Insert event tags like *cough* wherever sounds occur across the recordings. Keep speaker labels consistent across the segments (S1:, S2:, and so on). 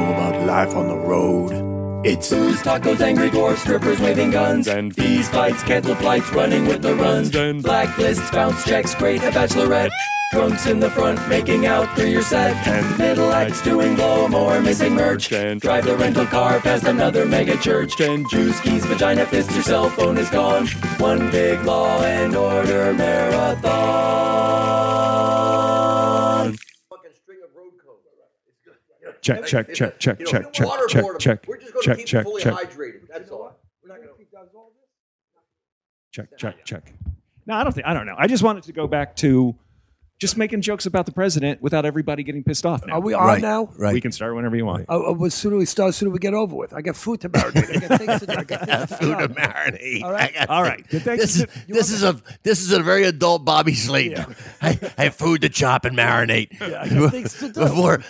S1: life on the road. It's
S2: Booze, tacos, angry dwarfs, strippers waving guns,
S3: And-
S2: fees, fights, cancel flights, running with the runs,
S3: And-
S2: blacklists, bounce checks, great, a bachelorette, drunks in the front, making out through your set,
S3: And-
S2: middle acts doing blow more, missing merch,
S3: And-
S2: drive the rental car past another mega church,
S3: And-
S2: juice keys, vagina fist, your cell phone is gone, one big law and order marathon.
S4: fucking string of road code. It's good.
S5: Check, check,
S4: It's
S5: check,
S4: a-
S5: check,
S4: you know,
S5: check,
S4: we don't
S5: check,
S4: waterboard
S5: check,
S4: them.
S5: check,
S4: We're just going
S5: check,
S4: to keep
S5: check,
S4: them fully
S5: check.
S4: hydrated. That's all. We're not going to
S5: check, check, check. No, I don't think. I don't know. I just wanted to go back to just making jokes about the president without everybody getting pissed off. Now
S6: Are we on
S1: right
S6: now?
S1: Right.
S5: we can start whenever you want.
S6: Uh, uh, well, sooner we start, sooner we get over with. I got food to marinate. I got things to do. I got things to
S1: *laughs* food to
S6: do.
S1: marinate.
S6: All right.
S1: I got-
S5: All right. Thank
S1: *laughs* This
S5: you.
S1: is this is a this is a very adult Bobby Slate. *laughs* I, I have food to chop and marinate.
S6: things to do.
S1: Before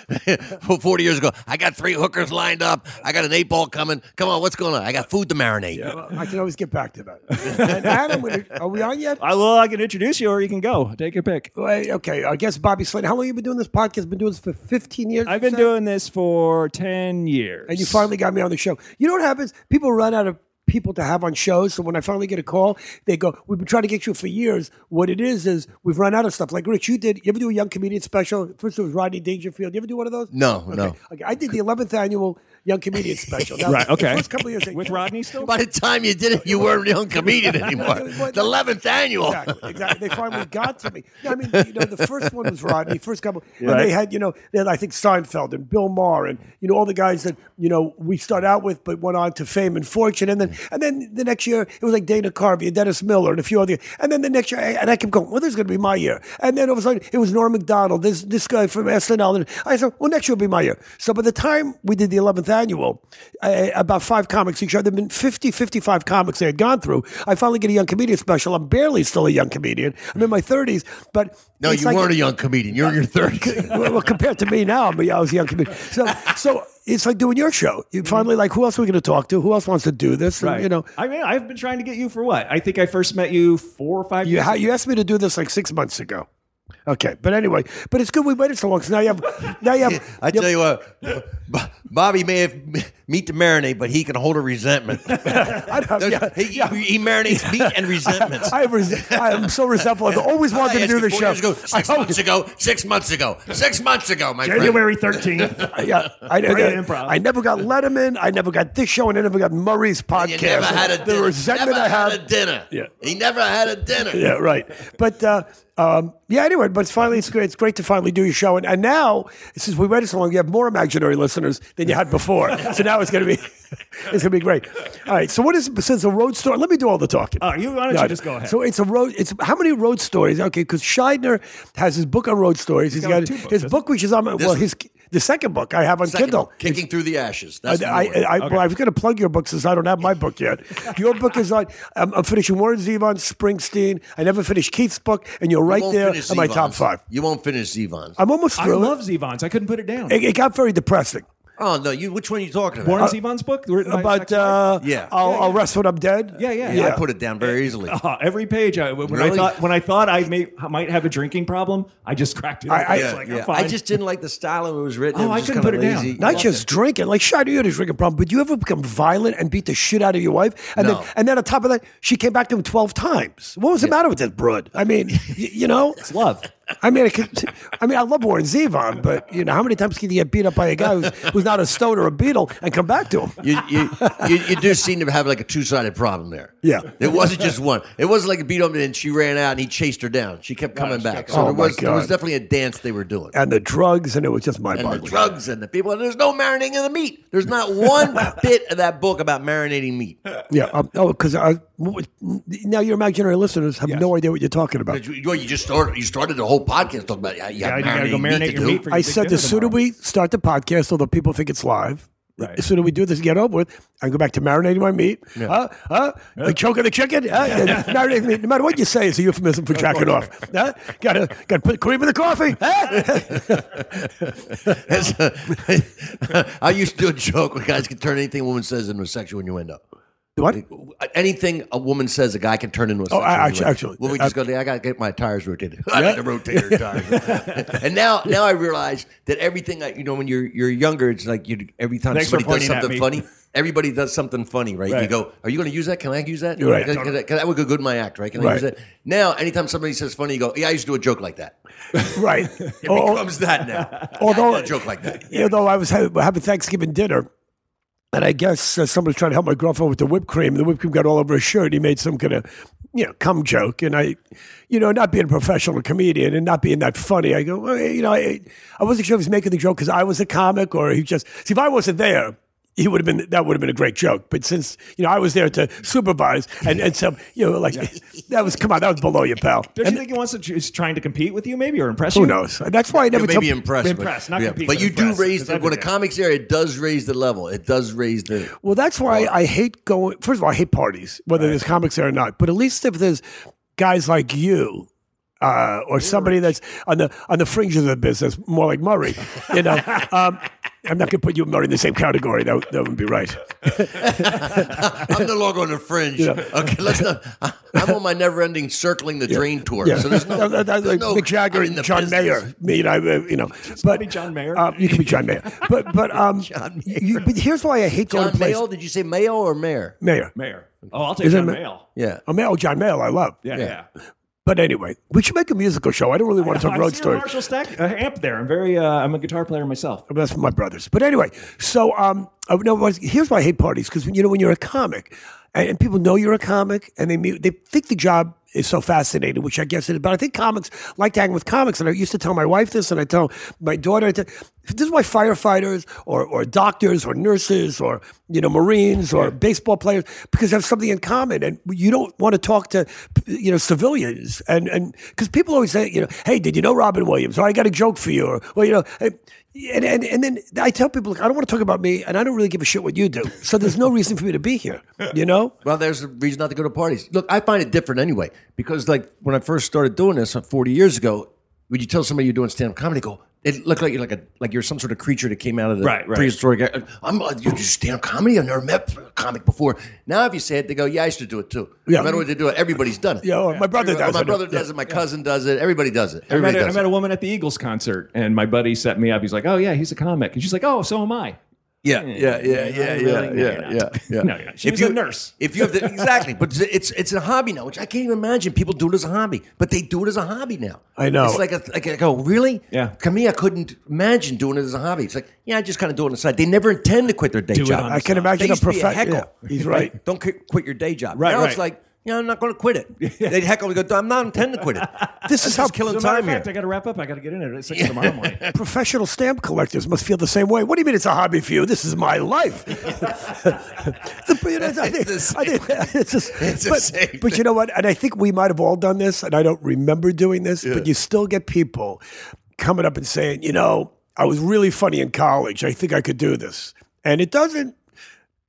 S1: *laughs* forty years ago, I got three hookers lined up. I got an eight ball coming. Come on, what's going on? I got food to marinate.
S6: Well, Uh, I can always get back to that. And Adam, we- are we on
S1: *laughs*
S6: yet?
S5: I will. I can introduce you, or you can go. Take your pick.
S6: Wait, okay, I guess Bobby Slade. How long you been doing this podcast? Been doing this for 15 years?
S5: I've
S6: you
S5: been
S6: said?
S5: doing this for ten years.
S6: And you finally got me on the show. You know what happens? People run out of people to have on shows. So when I finally get a call, they go, We've been trying to get you for years. What it is, is we've run out of stuff. Like Rich, you did. You ever do a young comedian special? First it was Rodney Dangerfield. You ever do one of those?
S1: No,
S6: Okay.
S1: no.
S6: Okay. I did the 11th annual young
S1: *laughs*
S6: comedian special. That was
S5: Right,
S6: the
S5: okay.
S6: first couple of years.
S5: with Rodney still.
S1: By the time you did it, you weren't a young comedian anymore. The eleventh annual.
S6: Exactly, exactly. They finally got to me. No, I mean, you know, the first one was Rodney. First couple, and
S5: Right.
S6: they had, you know, they had, I think Seinfeld and Bill Maher and you know all the guys that you know we started out with, but went on to fame and fortune. And then and then the next year it was like Dana Carvey and Dennis Miller and a few other. And then the next year, and I kept going. Well, this is going to be my year. And then all of a sudden it was Norm Macdonald, this this guy from SNL. And I said, well, next year will be my year. So by the time we did the 11th annual, uh, about five comics each year. There'd been 50, 55 comics they had gone through. I finally get a young comedian special. I'm barely still a young comedian. I'm in my 30s, but
S1: No,
S6: it's
S1: you
S6: like-
S1: weren't a young comedian. You're in your thirties.
S6: *laughs* well, well, compared to me now, I, mean, I was a young comedian. So, so it's like doing your show.
S1: Mm-hmm.
S6: You finally like, who else are we going to talk to? Who else wants to do this? And,
S5: Right.
S6: you know,
S5: I mean, I've been trying to get you for what? I think I first met you four or five
S6: you
S5: years.
S6: ha- you asked me to do this like six months ago. Okay, but anyway, but it's good we waited so long because now you have now you have.
S1: *laughs* I tell you what, B- Bobby may have meat to marinate, but he can hold a resentment.
S6: I don't- yeah.
S1: he, he marinates meat and resentments.
S6: *laughs* I, res- I am so resentful. I've always wanted to do
S1: the
S6: this show.
S1: Ago, six
S6: I-
S1: months ago, six months ago, six months ago, my friend.
S5: January thirteenth.
S6: *laughs* Uh, Yeah, I,
S5: Great
S6: I-
S5: improv.
S6: I never got Letterman. I never got this show, and I never got Murray's podcast.
S1: You never had a dinner.
S6: the resentment
S1: never
S6: I have.
S1: had a dinner.
S6: Yeah.
S1: He never had a dinner.
S6: yeah, right. But uh, um, yeah, anyway. But it's finally, it's great. It's great to finally do your show, and, and now since we waited so long, you have more imaginary listeners than you had before. so now it's gonna be, *laughs* it's gonna be great. All right. So what is since a road story? Let me do all the talking.
S5: Oh, you why don't
S6: Yeah,
S5: you just go ahead?
S6: So it's a road. It's how many road stories? Okay, because Scheidner has his book on road stories. He's
S5: got
S6: got,
S5: two books,
S6: his
S5: doesn't
S6: book, which is on my, well,
S1: one.
S6: his the second book I have on
S1: Second
S6: Kindle.
S1: book, kicking through the ashes. That's the
S6: I, I,
S1: word.
S6: I, well, I was going to plug your book since I don't have my book yet. Your book is on. I'm, I'm finishing Warren Zevon, Springsteen. I never finished Keith's book, and you're
S1: You
S6: right
S1: won't
S6: there
S1: finish
S6: in my
S1: Zevon's.
S6: top five.
S1: You won't finish Zevon.
S6: I'm almost
S5: I
S6: through.
S5: love
S6: it.
S5: Zevon's. I couldn't put it down.
S6: It, it got very depressing.
S1: Oh no, you. Which one are you talking about?
S5: Warren Zevon's book written by his
S6: About
S5: ex-wife?
S6: uh,
S1: Yeah.
S6: I'll,
S1: Yeah,
S6: I'll rest when I'm dead.
S5: Oh, yeah, yeah,
S1: yeah, I
S5: I-
S1: put it down very
S6: *laughs*
S1: easily.
S5: Uh, every page, I, when I
S1: Really?
S5: thought when I thought I may, might have a drinking problem, I just cracked it. Up.
S6: I- I-
S5: It's
S1: Yeah,
S5: like, I'm
S1: yeah.
S5: fine.
S1: I just didn't like the style it was written.
S5: Oh,
S1: it was
S5: I
S1: just
S5: couldn't
S1: kinda
S5: put it down.
S1: lazy.
S6: Not just drinking, like Shida, you had a drinking problem, but you ever become violent and beat the shit out of your wife? And
S1: No.
S6: then and then on top of that, she came back to him twelve times. What was the matter with that broad? I mean, y- you know,
S5: It's love.
S6: I mean, I, could, I mean, I love Warren Zevon, but you know, how many times can you get beat up by a guy who's, who's not a stone or a beetle and come back to him?
S1: you, you, you, you do seem to have like a two sided problem there.
S6: *laughs* Yeah.
S1: It wasn't just one. It wasn't like a beat up and she ran out and he chased her down. She kept coming back. So
S6: Oh,
S1: there,
S6: my
S1: was, there was
S6: God.
S1: definitely a dance they were doing.
S6: And the drugs, and it was just my
S1: And the
S6: boggling.
S1: drugs and the people. There's no marinating in the meat. There's not one bit of that book about marinating meat.
S6: Yeah. Um, oh, because now your imaginary listeners have no idea what you're talking about.
S1: But you, well, you just started. You started the whole podcast talking about yeah, yeah,
S5: Yeah, you gotta go marinate
S1: meat to
S5: your
S1: do. *laughs*
S5: meat for your
S6: I
S5: big
S6: said
S5: dinner
S6: the sooner
S5: tomorrow.
S6: we start the podcast, although people think it's live,
S5: Right.
S6: the sooner we do this, get over with, I go back to marinating my meat. Huh? Huh? The choke of the chicken? Huh? Yeah, marinating meat. No matter what you say, it's a euphemism for jacking off. Huh? Gotta, gotta put cream in the coffee. Huh?
S1: That's- I used to do a joke where guys could turn anything a woman says into a sexual innuendo.
S6: What?
S1: Anything a woman says, a guy can turn into a.
S6: Oh, I-
S1: sexual
S6: actu-
S1: weapon.
S6: actually,
S1: well, we
S6: I-
S1: just go. "Yeah, I gotta get my tires rotated. *laughs* I need to rotate your tires. and now, now I realize that everything, I, you know, when you're you're younger, it's like you every time
S5: Thanks for
S1: somebody does
S5: pointing at
S1: something
S5: me.
S1: funny, everybody does something funny, right? You
S5: Right.
S1: go, "Are you going to use that? Can I use that?
S6: You're right.
S1: Can, I- can I- can that would go good in my act, right? Can I
S6: Right.
S1: use that? Now, anytime somebody says funny, you go, "Yeah, I used to do a joke like that."
S6: Right.
S1: It
S6: Al-
S1: becomes that now.
S6: Oh. Although-
S1: yeah, I did a joke like that.
S6: Although I was having, having Thanksgiving dinner, and I guess uh, somebody was trying to help my girlfriend with the whipped cream. The whipped cream got all over his shirt. He made some kind of, you know, cum joke. And I, you know, not being a professional comedian and not being that funny, I go, well, you know, I, I wasn't sure if he was making the joke because I was a comic or he just, see, if I wasn't there, he would have been, that would have been a great joke. But since, you know, I was there to supervise and, and some, you know, like, that was, come on, that was below you, pal.
S5: Don't
S6: And
S5: you think he wants to? He's trying to compete with you, maybe, or impress
S6: who
S5: you?
S6: knows? That's why I never
S1: Maybe
S6: tell-
S1: impressed,
S5: Impressed,
S1: but,
S5: not compete,
S1: but
S5: but
S1: you do
S5: impressed,
S1: raise
S5: 'cause
S1: the,
S5: I've
S1: when a
S5: been there.
S1: comics there, it does raise the level. It does raise the.
S6: Well, that's why I hate going. First of all, I hate parties, whether there's comics there or not. But at least if there's guys like you. Uh, or somebody that's on the on the fringe of the business, more like Murray.
S1: *laughs*
S6: You know, um, I'm not going to put you and Murray in the same category. That would- that wouldn't be right.
S1: I'm no longer on the fringe. Okay, let's not. I- I'm on my never-ending circling the drain tour.
S6: Yeah,
S1: So there's
S6: *laughs*
S1: no,
S6: That- that-
S1: there's
S6: like
S1: no
S6: Mick Jagger
S1: I'm in
S6: and
S1: the
S6: John
S1: business.
S6: Mayer. Me and I, uh, you know, but
S5: be John Mayer.
S6: Uh, you can be John Mayer, but
S1: *laughs*
S6: but um, you- but here's why I hate going
S1: John
S6: to places.
S1: Mayo? Did you say Mayo or Mayor?
S6: Mayer,
S5: Mayor. Oh, I'll take
S6: Is it
S5: John
S6: Ma-
S5: Mail.
S1: Yeah.
S6: oh, Mayer, oh, John Mayer, I love.
S5: Yeah, yeah.
S6: But anyway, we should make a musical show. I don't really want to talk
S5: I
S6: road
S5: see a
S6: stories.
S5: Marshall Stack uh, amp there. I'm very. Uh, I'm a guitar player myself.
S6: Well, That's for my brothers. But anyway, so um, I, no, was- here's why I hate parties because you know when you're a comic, and, and people know you're a comic, and they meet, they think the job is so fascinating, which I guess it is. But I think comics like to hang with comics, and I used to tell my wife this, and I tell my daughter. I tell, this is why firefighters, or or doctors, or nurses, or you know Marines, or baseball players, because they have something in common, and you don't want to talk to you know civilians, and and because people always say you know, hey, did you know Robin Williams? Or I got a joke for you, or well, you know. Hey, and, and and then I tell people, like, I don't want to talk about me, and I don't really give a shit what you do. So there's no reason for me to be here, you know?
S1: Well, there's a reason not to go to parties. Look, I find it different anyway because, like, when I first started doing this uh, 40 years ago, when you tell somebody you're doing stand-up comedy, they go, it looked like you're like a like you're some sort of creature that came out of the
S5: Right, right.
S1: prehistoric. I'm uh, you do stand-up comedy. I've never met a comic before. Now, if you say it, they go, "Yeah, I used to do it too."
S6: Yeah.
S1: no matter what they do, it, everybody's done it.
S6: Yeah, or my brother
S1: Everybody-
S6: does
S1: or my
S6: it.
S1: brother does it. My cousin does it. Everybody does it.
S5: I met,
S1: Everybody
S5: a, I
S1: does
S5: met
S1: it.
S5: a woman at the Eagles concert, and my buddy set me up. He's like, "Oh yeah, he's a comic," and she's like, "Oh, so am I."
S1: Yeah, yeah, yeah, yeah,
S5: really?
S1: yeah,
S5: No, you're
S1: yeah,
S5: not.
S1: yeah, yeah.
S5: *laughs* No, you're not. She was a nurse.
S1: If you have the, exactly, but it's it's a hobby now, which I can't even imagine people do it as a hobby, but they do it as a hobby now.
S6: I know.
S1: It's like a like I go really.
S5: Yeah.
S1: To me, I couldn't imagine doing it as a hobby. It's like yeah, I just kind of do it on the side. They never intend to quit their day
S5: it
S1: job.
S5: on the
S6: I can
S1: They
S5: They
S6: imagine a
S1: used to be a
S6: professional.
S1: heckle.
S6: he's right.
S1: Don't qui- quit your day job.
S5: Right,
S1: Now it's
S5: right.
S1: like. Yeah, I'm not going to quit
S5: *laughs*
S1: it. They heckle and go. I'm not intending to quit it.
S6: This is how
S1: killing
S5: As a matter
S1: time
S5: of fact,
S1: here.
S5: I got to wrap up. I got to get in it at six tomorrow *laughs* morning.
S6: professional stamp collectors must feel the same way. What do you mean it's a hobby for you? This is my
S1: *laughs*
S6: life. The- you know, I think-
S1: It's the
S6: I think- *laughs* it's just-
S1: It's the
S6: but-
S1: same
S6: But you know what? And I think we might have all done this, and I don't remember doing this, but you still get people coming up and saying, you know, I was really funny in college. I think I could do this. And it doesn't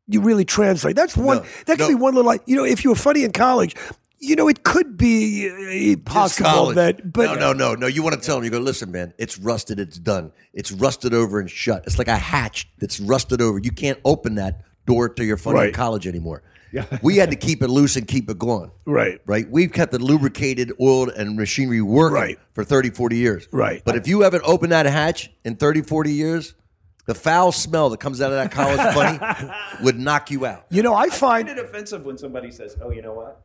S6: you really translate. That's one. that
S1: no.
S6: could be one little. like, You know, if you were funny in college, you know, it could be uh,
S1: Just
S6: possible
S1: college.
S6: that. But
S1: no, no, no, no. You want to tell them? You go. Listen, man. It's rusted. It's done. It's rusted over and shut. It's like a hatch that's rusted over. You can't open that door to your funny
S6: Right.
S1: college anymore. Yeah. we had to keep it loose and keep it going.
S6: Right.
S1: Right. We've kept it lubricated, oiled, and machinery working
S6: Right.
S1: for 30, 40 years.
S6: Right.
S1: But if you haven't opened that hatch in 30, 40 years, the foul smell that comes out of that college funny would knock you out.
S6: You know, I find
S5: find it offensive when somebody says, "Oh, you know what?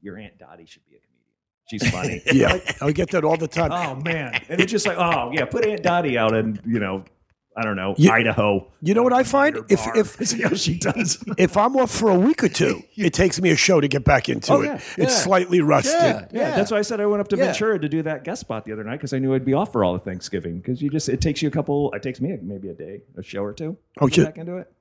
S5: Your aunt Dottie should be a comedian. She's *laughs* funny."
S6: Yeah, I get that all the
S5: *laughs*
S6: time.
S5: oh man, and it's just like, "Oh yeah, put Aunt Dottie out in you know, I don't know,
S6: You-
S5: Idaho."
S6: You know what I find?
S5: Your
S6: If
S5: bar.
S6: if *laughs*
S5: see how she does.
S6: if I'm off for a week
S5: *laughs*
S6: or two, it takes me a show to get back into
S5: Oh,
S6: it.
S5: yeah,
S6: It's
S5: yeah.
S6: slightly rusted.
S1: Yeah.
S5: *laughs* Yeah, that's why I said I went up to
S1: Yeah.
S5: Ventura to do that guest spot the other night because I knew I'd be off for all of Thanksgiving. Because you just it takes you a couple. It takes me maybe a day, a show or two.
S6: Oh,
S5: to
S6: shit.
S5: get back into it.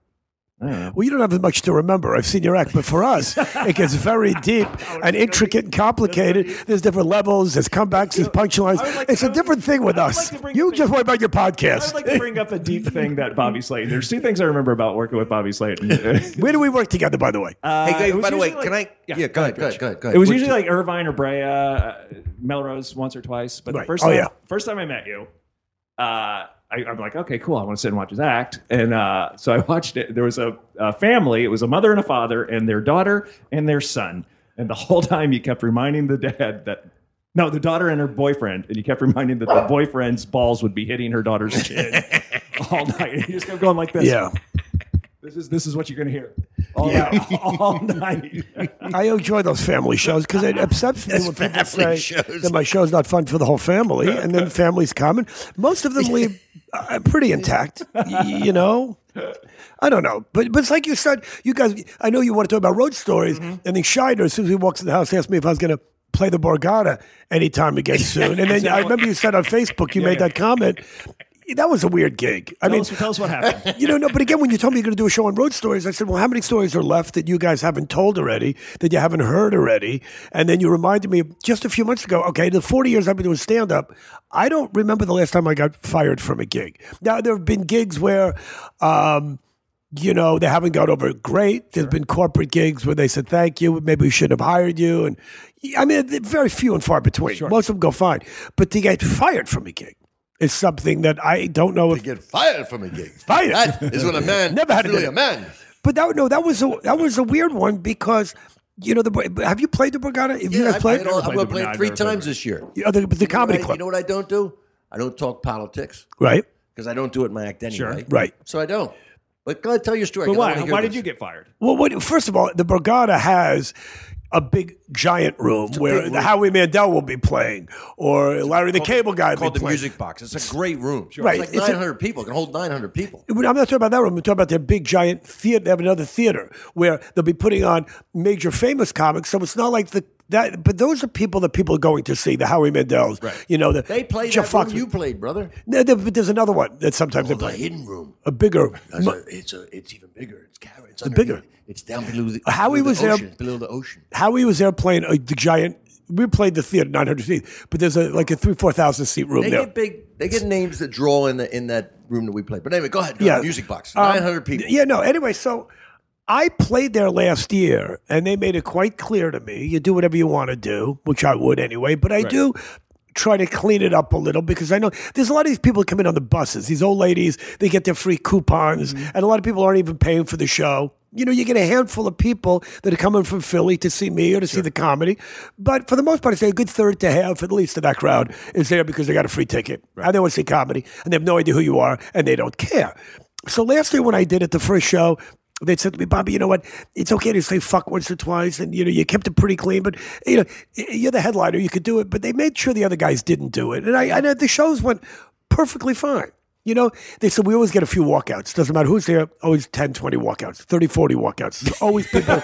S5: I don't know.
S6: Well, you don't have much to remember. I've seen your act, but for us, it
S5: *laughs*
S6: gets very deep and intricate and complicated. There's different levels. There's comebacks. There's punchlines.
S5: I would like to
S6: it's a
S5: know-
S6: different thing with
S5: I would like
S6: us.
S5: to bring-
S6: you just worry about your
S5: I would
S6: podcast.
S5: like to bring up a deep thing that Bobby Slayton. There's two things I remember about working with Bobby *laughs* Slayton.
S6: Where do we work together, by the way?
S1: Hey,
S5: uh, it Uh, was
S1: by the way,
S5: usually
S1: can I?
S5: like-
S1: Yeah,
S5: yeah,
S1: go, ahead, go ahead, go ahead, go ahead.
S5: It was
S1: We're-
S5: usually like Irvine or Brea, uh, Melrose once or twice. But
S6: Right.
S5: the first
S6: Oh,
S5: time,
S6: yeah.
S5: first time I met you, uh, I, I'm like, okay, cool. I want to sit and watch his act. And uh, so I watched it. There was a, a family. It was a mother and a father and their daughter and their son. And the whole time you kept reminding the dad that, no, the daughter and her boyfriend. And you kept reminding that the boyfriend's balls would be hitting her daughter's
S6: *laughs*
S5: chin all night. And you just kept going like this.
S6: Yeah.
S5: This is, this is what you're going to hear all, all, night.
S6: *laughs* I enjoy those family shows because it upsets me when people say
S1: family shows.
S6: that my show's not fun for the whole
S1: *laughs*
S6: family, and then families come, and most of them leave uh, pretty intact. y- you know, I don't know, but but it's like you said, you guys. I know you want to talk about road stories,
S1: Mm-hmm.
S6: and then Scheider, as soon as he walks in the house, asked me if I was going to play the Borgata anytime again soon,
S1: *laughs*
S6: and then I remember you said on Facebook you made that comment. That was a weird gig. I
S5: Tell,
S6: mean,
S5: us, tell us what happened.
S6: *laughs* you know, no, but again, when you told me you're going to do a show on road stories, I said, well, how many stories are left that you guys haven't told already, that you haven't heard already? And then you reminded me just a few months ago, okay, the 40 years I've been doing stand up, I don't remember the last time I got fired from a gig. Now, there have been gigs where, um, you know, they haven't gone over it great. There's been corporate gigs where they said, thank you, maybe we shouldn't have hired you. And I mean, they're very few and far between. Most of them go fine. But to get fired from a gig, is something that I don't know if
S1: Get fired from a gig.
S6: Fired.
S1: That is what a man.
S6: Never had to
S1: really
S6: do
S1: a man.
S6: But that no, that was a that was a weird one because you know the have you played the Borgata? Have you guys played?
S1: I, I,
S5: played
S1: I
S5: the
S1: played
S5: Bernard,
S1: three
S5: never played
S1: times
S5: the-
S1: this year.
S6: Yeah, the, the comedy
S1: Right?
S6: club,
S1: You know what I don't do? I don't talk politics
S6: right?
S1: because I don't do it in my act anyway.
S6: Right.
S1: So I don't. But go ahead, tell your story.
S5: But
S1: 'cause I
S5: why?
S1: wanna hear
S5: Why did
S1: this.
S5: you get fired?
S6: Well, what, first of all, the Borgata has a big giant room where the Howie Mandel will be playing, or Larry the Cable Guy will
S1: called
S6: be
S1: the
S6: playing.
S1: music box? It's *laughs* a great room.
S6: Right.
S1: It's like
S6: It's a-
S1: 900 people. It can hold 900 people.
S6: I'm not talking about that room. I'm talking about their big giant theater. They have another theater where they'll be putting on major famous comics. So it's not like the that. But those are people that people are going to see. The Howie Mandels, right. you know, the
S1: They played
S6: Jeff
S1: that room
S6: Foxman.
S1: you played, brother.
S6: No, there- but there's another one that sometimes they
S1: Oh, The
S6: play.
S1: hidden room.
S6: A bigger.
S1: It's, a, it's, a, it's even bigger. It's carrot. It's,
S6: bigger.
S1: underneath. It's down below the,
S6: Howie
S1: below
S6: was
S1: the
S6: there-
S1: ocean, below the ocean.
S6: Howie was there playing a, the giant. We played the theater, 900 feet, but there's a, like a three, 4,000 seat room
S1: They
S6: there.
S1: get big. They get names that draw in the in that room that we played. But anyway, go ahead. Go
S6: Yeah.
S1: ahead. Music box.
S6: Um,
S1: 900 people.
S6: Yeah, no. Anyway, so I played there last year, and they made it quite clear to me: you do whatever you want to do, which I would anyway. But I do try to clean it up a little because I know there's a lot of these people come in on the buses. These old ladies, they get their free coupons, and a lot of people aren't even paying for the show. You know, you get a handful of people that are coming from Philly to see me or to see the comedy. But for the most part, I'd say a good third to half, at least, of that crowd is there because they got a free ticket. And they want to see comedy, and they have no idea who you are, and they don't care. So last year when I did it, the first show, they said to me, Bobby, you know what? It's okay to say fuck once or twice, and you know you kept it pretty clean. But you know you're the headliner, you could do it. But they made sure the other guys didn't do it, and I, I the shows went perfectly fine. You know, they said we always get a few walkouts. Doesn't matter who's there, always 10, 20 walkouts, 30, 40 walkouts. There's always people. *laughs*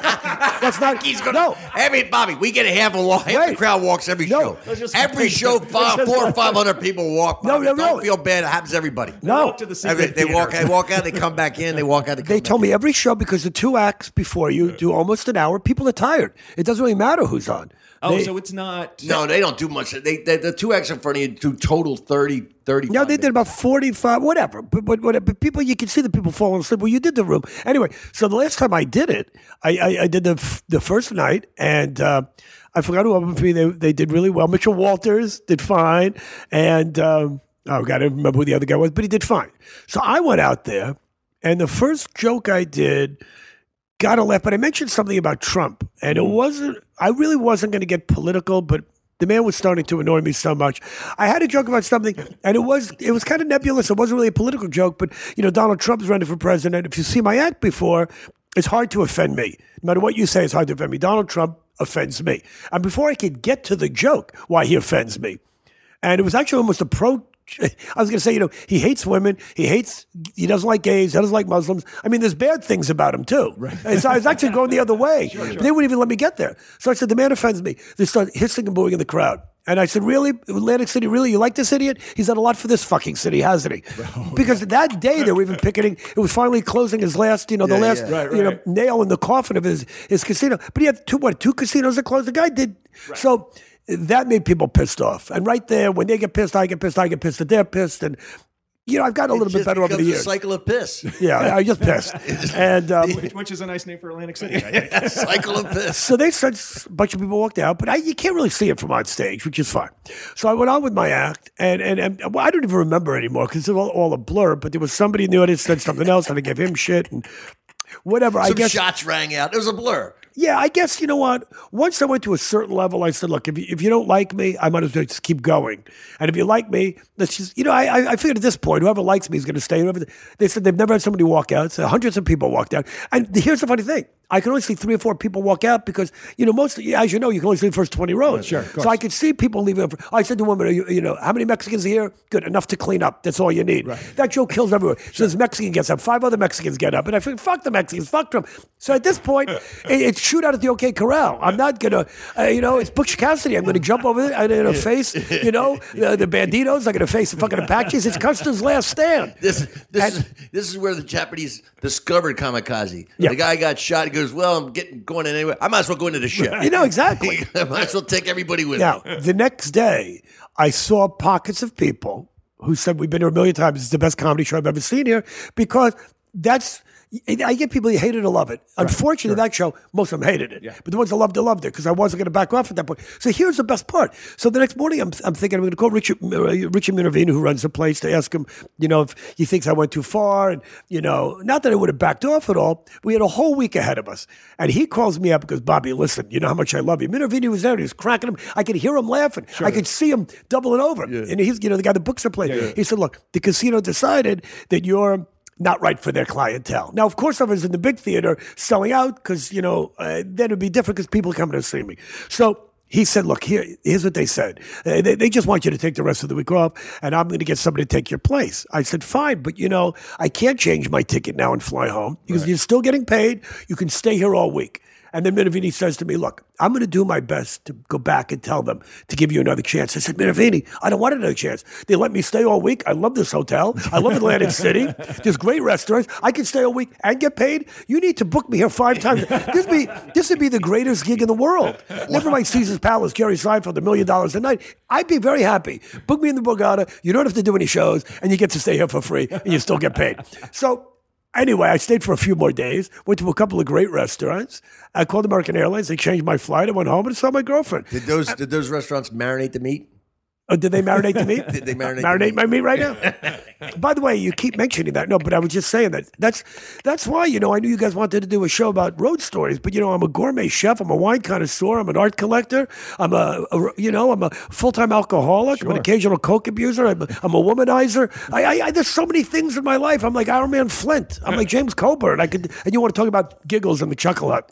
S6: That's not. He's gonna, no,
S1: Every Bobby, we get a half a walk. Half the
S6: Right.
S1: crowd walks every
S6: No.
S1: show. Every show, five, four or five hundred people walk.
S6: No,
S1: Bobby.
S6: no, no.
S1: Don't feel bad. It happens to everybody.
S6: no.
S5: to the
S1: Every-
S5: secret
S1: they walk. They
S5: theater.
S1: walk out. They come back in. They walk out. They come
S6: They
S1: back
S6: tell
S1: in.
S6: me every show because the two acts before you do almost an hour. People are tired. It doesn't really matter who's on.
S5: Oh,
S6: They-
S5: so it's not.
S1: No, they don't do much. They, they the two acts in front of you do total 30, 30.
S6: No, they did about 45, whatever. But, but, but, but people, you can see the people falling asleep. Well, you did the room. Anyway, so the last time I did it, I, I, I did the, f- the first night, and uh, I forgot who opened for me. They, they did really well. Mitchell Walters did fine. And, um, oh, God, I don't remember who the other guy was, but he did fine. So I went out there, and the first joke I did got a laugh, but I mentioned something about Trump, and it wasn't. I really wasn't going to get political, but the man was starting to annoy me so much. I had a joke about something, and it was it was kind of nebulous. It wasn't really a political joke, but you know, Donald Trump's running for president. If you see my act before, it's hard to offend me. No matter what you say, it's hard to offend me. Donald Trump offends me, and before I could get to the joke, why he offends me, and it was actually almost a pro. I was going to say, you know, he hates women. He hates. He doesn't like gays. He doesn't like Muslims. I mean, there's bad things about him too. Right. And so I was actually going the other way. But They wouldn't even let me get there. So I said, the man offends me. They start hissing and booing in the crowd. And I said, really, Atlantic City? Really, you like this idiot? He's done a lot for this fucking city,
S1: *laughs*
S6: hasn't he?
S1: Oh,
S6: Because that day they were even picketing. It was finally closing his last, you know, the
S1: Yeah,
S6: last,
S1: yeah. Right,
S6: you know, nail in the coffin of his his casino. But he had two what two casinos that closed. The guy did so that made people pissed off. And right there, when they get pissed, I get pissed, I get pissed, and they're pissed, and you know, I've gotten a little bit better over the
S1: becomes a
S6: years.
S1: cycle of
S6: *laughs*
S1: piss.
S6: yeah, I just
S1: *laughs*
S6: pissed. and um,
S5: Which, which is a nice name for Atlantic City. I think.
S1: cycle of piss.
S6: so they said s- a bunch of people walked out, but I, you can't really see it from on stage, which is fine. So I went on with my act, and and, and well, I don't even remember anymore because it's all, all a blur. But there was somebody in the audience said something else, and I gave him shit and whatever. I
S1: Some
S6: guess
S1: shots rang out. It was a blur.
S6: yeah, I guess you know what. Once I went to a certain level, I said, "Look, if you, if you don't like me, I might as well just keep going. And if you like me, let's just you know." I I, I figured at this point, whoever likes me is going to stay. Whoever they said they've never had somebody walk out. So hundreds of people walked out. And here's the funny thing: I can only see three or four people walk out because you know most, as you know, you can only see the first twenty rows. Sure. So I could see people leaving. I said to a woman, "Are you, you know, how many Mexicans are here? Good enough to clean up. That's all you need." That joke kills everyone. So this Mexican gets up, five other Mexicans get up, and I think, "Fuck the Mexicans, fuck Trump." So at this point, it, it's shoot out at the OK Corral. I'm not gonna, uh, you know, it's Butch Cassidy. I'm gonna jump over there. I'm gonna face, you know, the, the banditos. I'm gonna face the fucking Apaches. It's Custer's last stand.
S1: This this is this is where the Japanese discovered kamikaze.
S6: Yeah.
S1: The guy got shot. He goes, "Well, I'm getting going in anyway. I might as well go into the ship.
S6: You
S1: *laughs*
S6: know exactly.
S1: I might as well take everybody with
S6: Now,
S1: me."
S6: the next day, I saw pockets of people who said, We've been here a million times. It's the best comedy show I've ever seen here because that's. I get people who hate it or love it. Unfortunately, that show, most of them hated it. But the ones that loved it loved it because I wasn't going to back off at that point. So here's the best part. So the next morning, I'm, I'm thinking I'm going to call Richard, uh, Richard Minervino, who runs the place, to ask him, you know, if he thinks I went too far. And, you know, not that I would have backed off at all. We had a whole week ahead of us. And he calls me up because, Bobby, listen, you know how much I love you. Minervini was there. and He was cracking him. I could hear him laughing. I could see him doubling over. And he's, you know, the guy that books the place. He said, look, the casino decided that you're not right for their clientele. Now, of course, I was in the big theater selling out because, you know, uh, then it'd be different because people coming to see me. So he said, look, here, here's what they said. Uh, They, they just want you to take the rest of the week off, and I'm going to get somebody to take your place. I said, fine, but you know, I can't change my ticket now and fly home because you're still getting paid. You can stay here all week. And then Minervini says to me, look, I'm going to do my best to go back and tell them to give you another chance. I said, Minervini, I don't want another chance. They let me stay all week. I love this hotel. I love Atlantic City. There's great restaurants. I can stay all week and get paid. You need to book me here five times. This be this would be the greatest gig in the world. Never mind Caesar's Palace, Jerry Seinfeld, a million dollars a night. I'd be very happy. Book me in the Borgata. You don't have to do any shows, and you get to stay here for free, and you still get paid. So Anyway, I stayed for a few more days, went to a couple of great restaurants. I called American Airlines. They changed my flight. I went home and saw my girlfriend.
S1: Did those did those restaurants marinate the meat?
S6: Oh, did they marinate
S1: *laughs*
S6: the meat? did
S1: they marinate the meat?
S6: my meat right now? *laughs* By the way, you keep mentioning that. No, but I was just saying that. That's that's why you know I knew you guys wanted to do a show about road stories, but you know I'm a gourmet chef, I'm a wine connoisseur, I'm an art collector, I'm a, a- you know I'm a full time alcoholic, I'm an occasional coke abuser, I'm a, I'm a womanizer. I, I, I there's so many things in my life. I'm like Iron Man Flint. I'm like James Coburn. I could and you want to talk about giggles and the chuckle hut.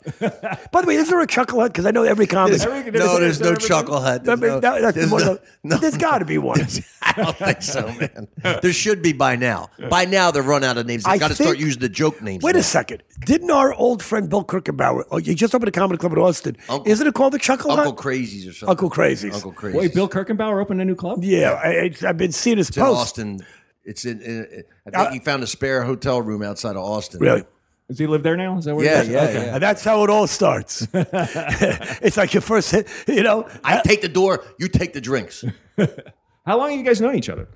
S6: By the way, is there a chuckle hut? Because I know every comic.
S1: no, there's no chucklehead.
S6: I
S1: There's
S6: mean,
S1: no,
S6: that- that's
S1: there's
S6: one
S1: no-
S6: of the-
S1: *laughs* no.
S6: There's got to be one.
S1: I don't think so,
S6: *laughs*
S1: man. There should be by now. By now, they've run out of names.
S6: I
S1: They've got to start
S6: think-
S1: using the joke names.
S6: Wait
S1: now.
S6: a second. Didn't our old friend Bill Kirkenbauer, oh, you just opened a comedy club in Austin.
S1: Uncle-
S6: Isn't it called the Chuckle
S1: Uncle
S6: Hut?
S1: Crazies or something.
S6: Uncle Crazies.
S1: Uncle Crazies.
S5: Wait, Bill Kirkenbauer opened a new club?
S6: Yeah, I, it's- I've been seeing his
S1: It's in
S6: posts.
S1: Austin. It's in. in, in- I think he found a spare hotel room outside of Austin.
S6: Uh, Really?
S5: Does he live there now? Is that where
S1: Yeah,
S5: he
S1: yeah, yeah.
S6: And that's how it
S1: *laughs*
S6: all starts. it's like your first hit, you know. Uh,
S1: I take the door. You take the drinks.
S5: How long have you guys known each other?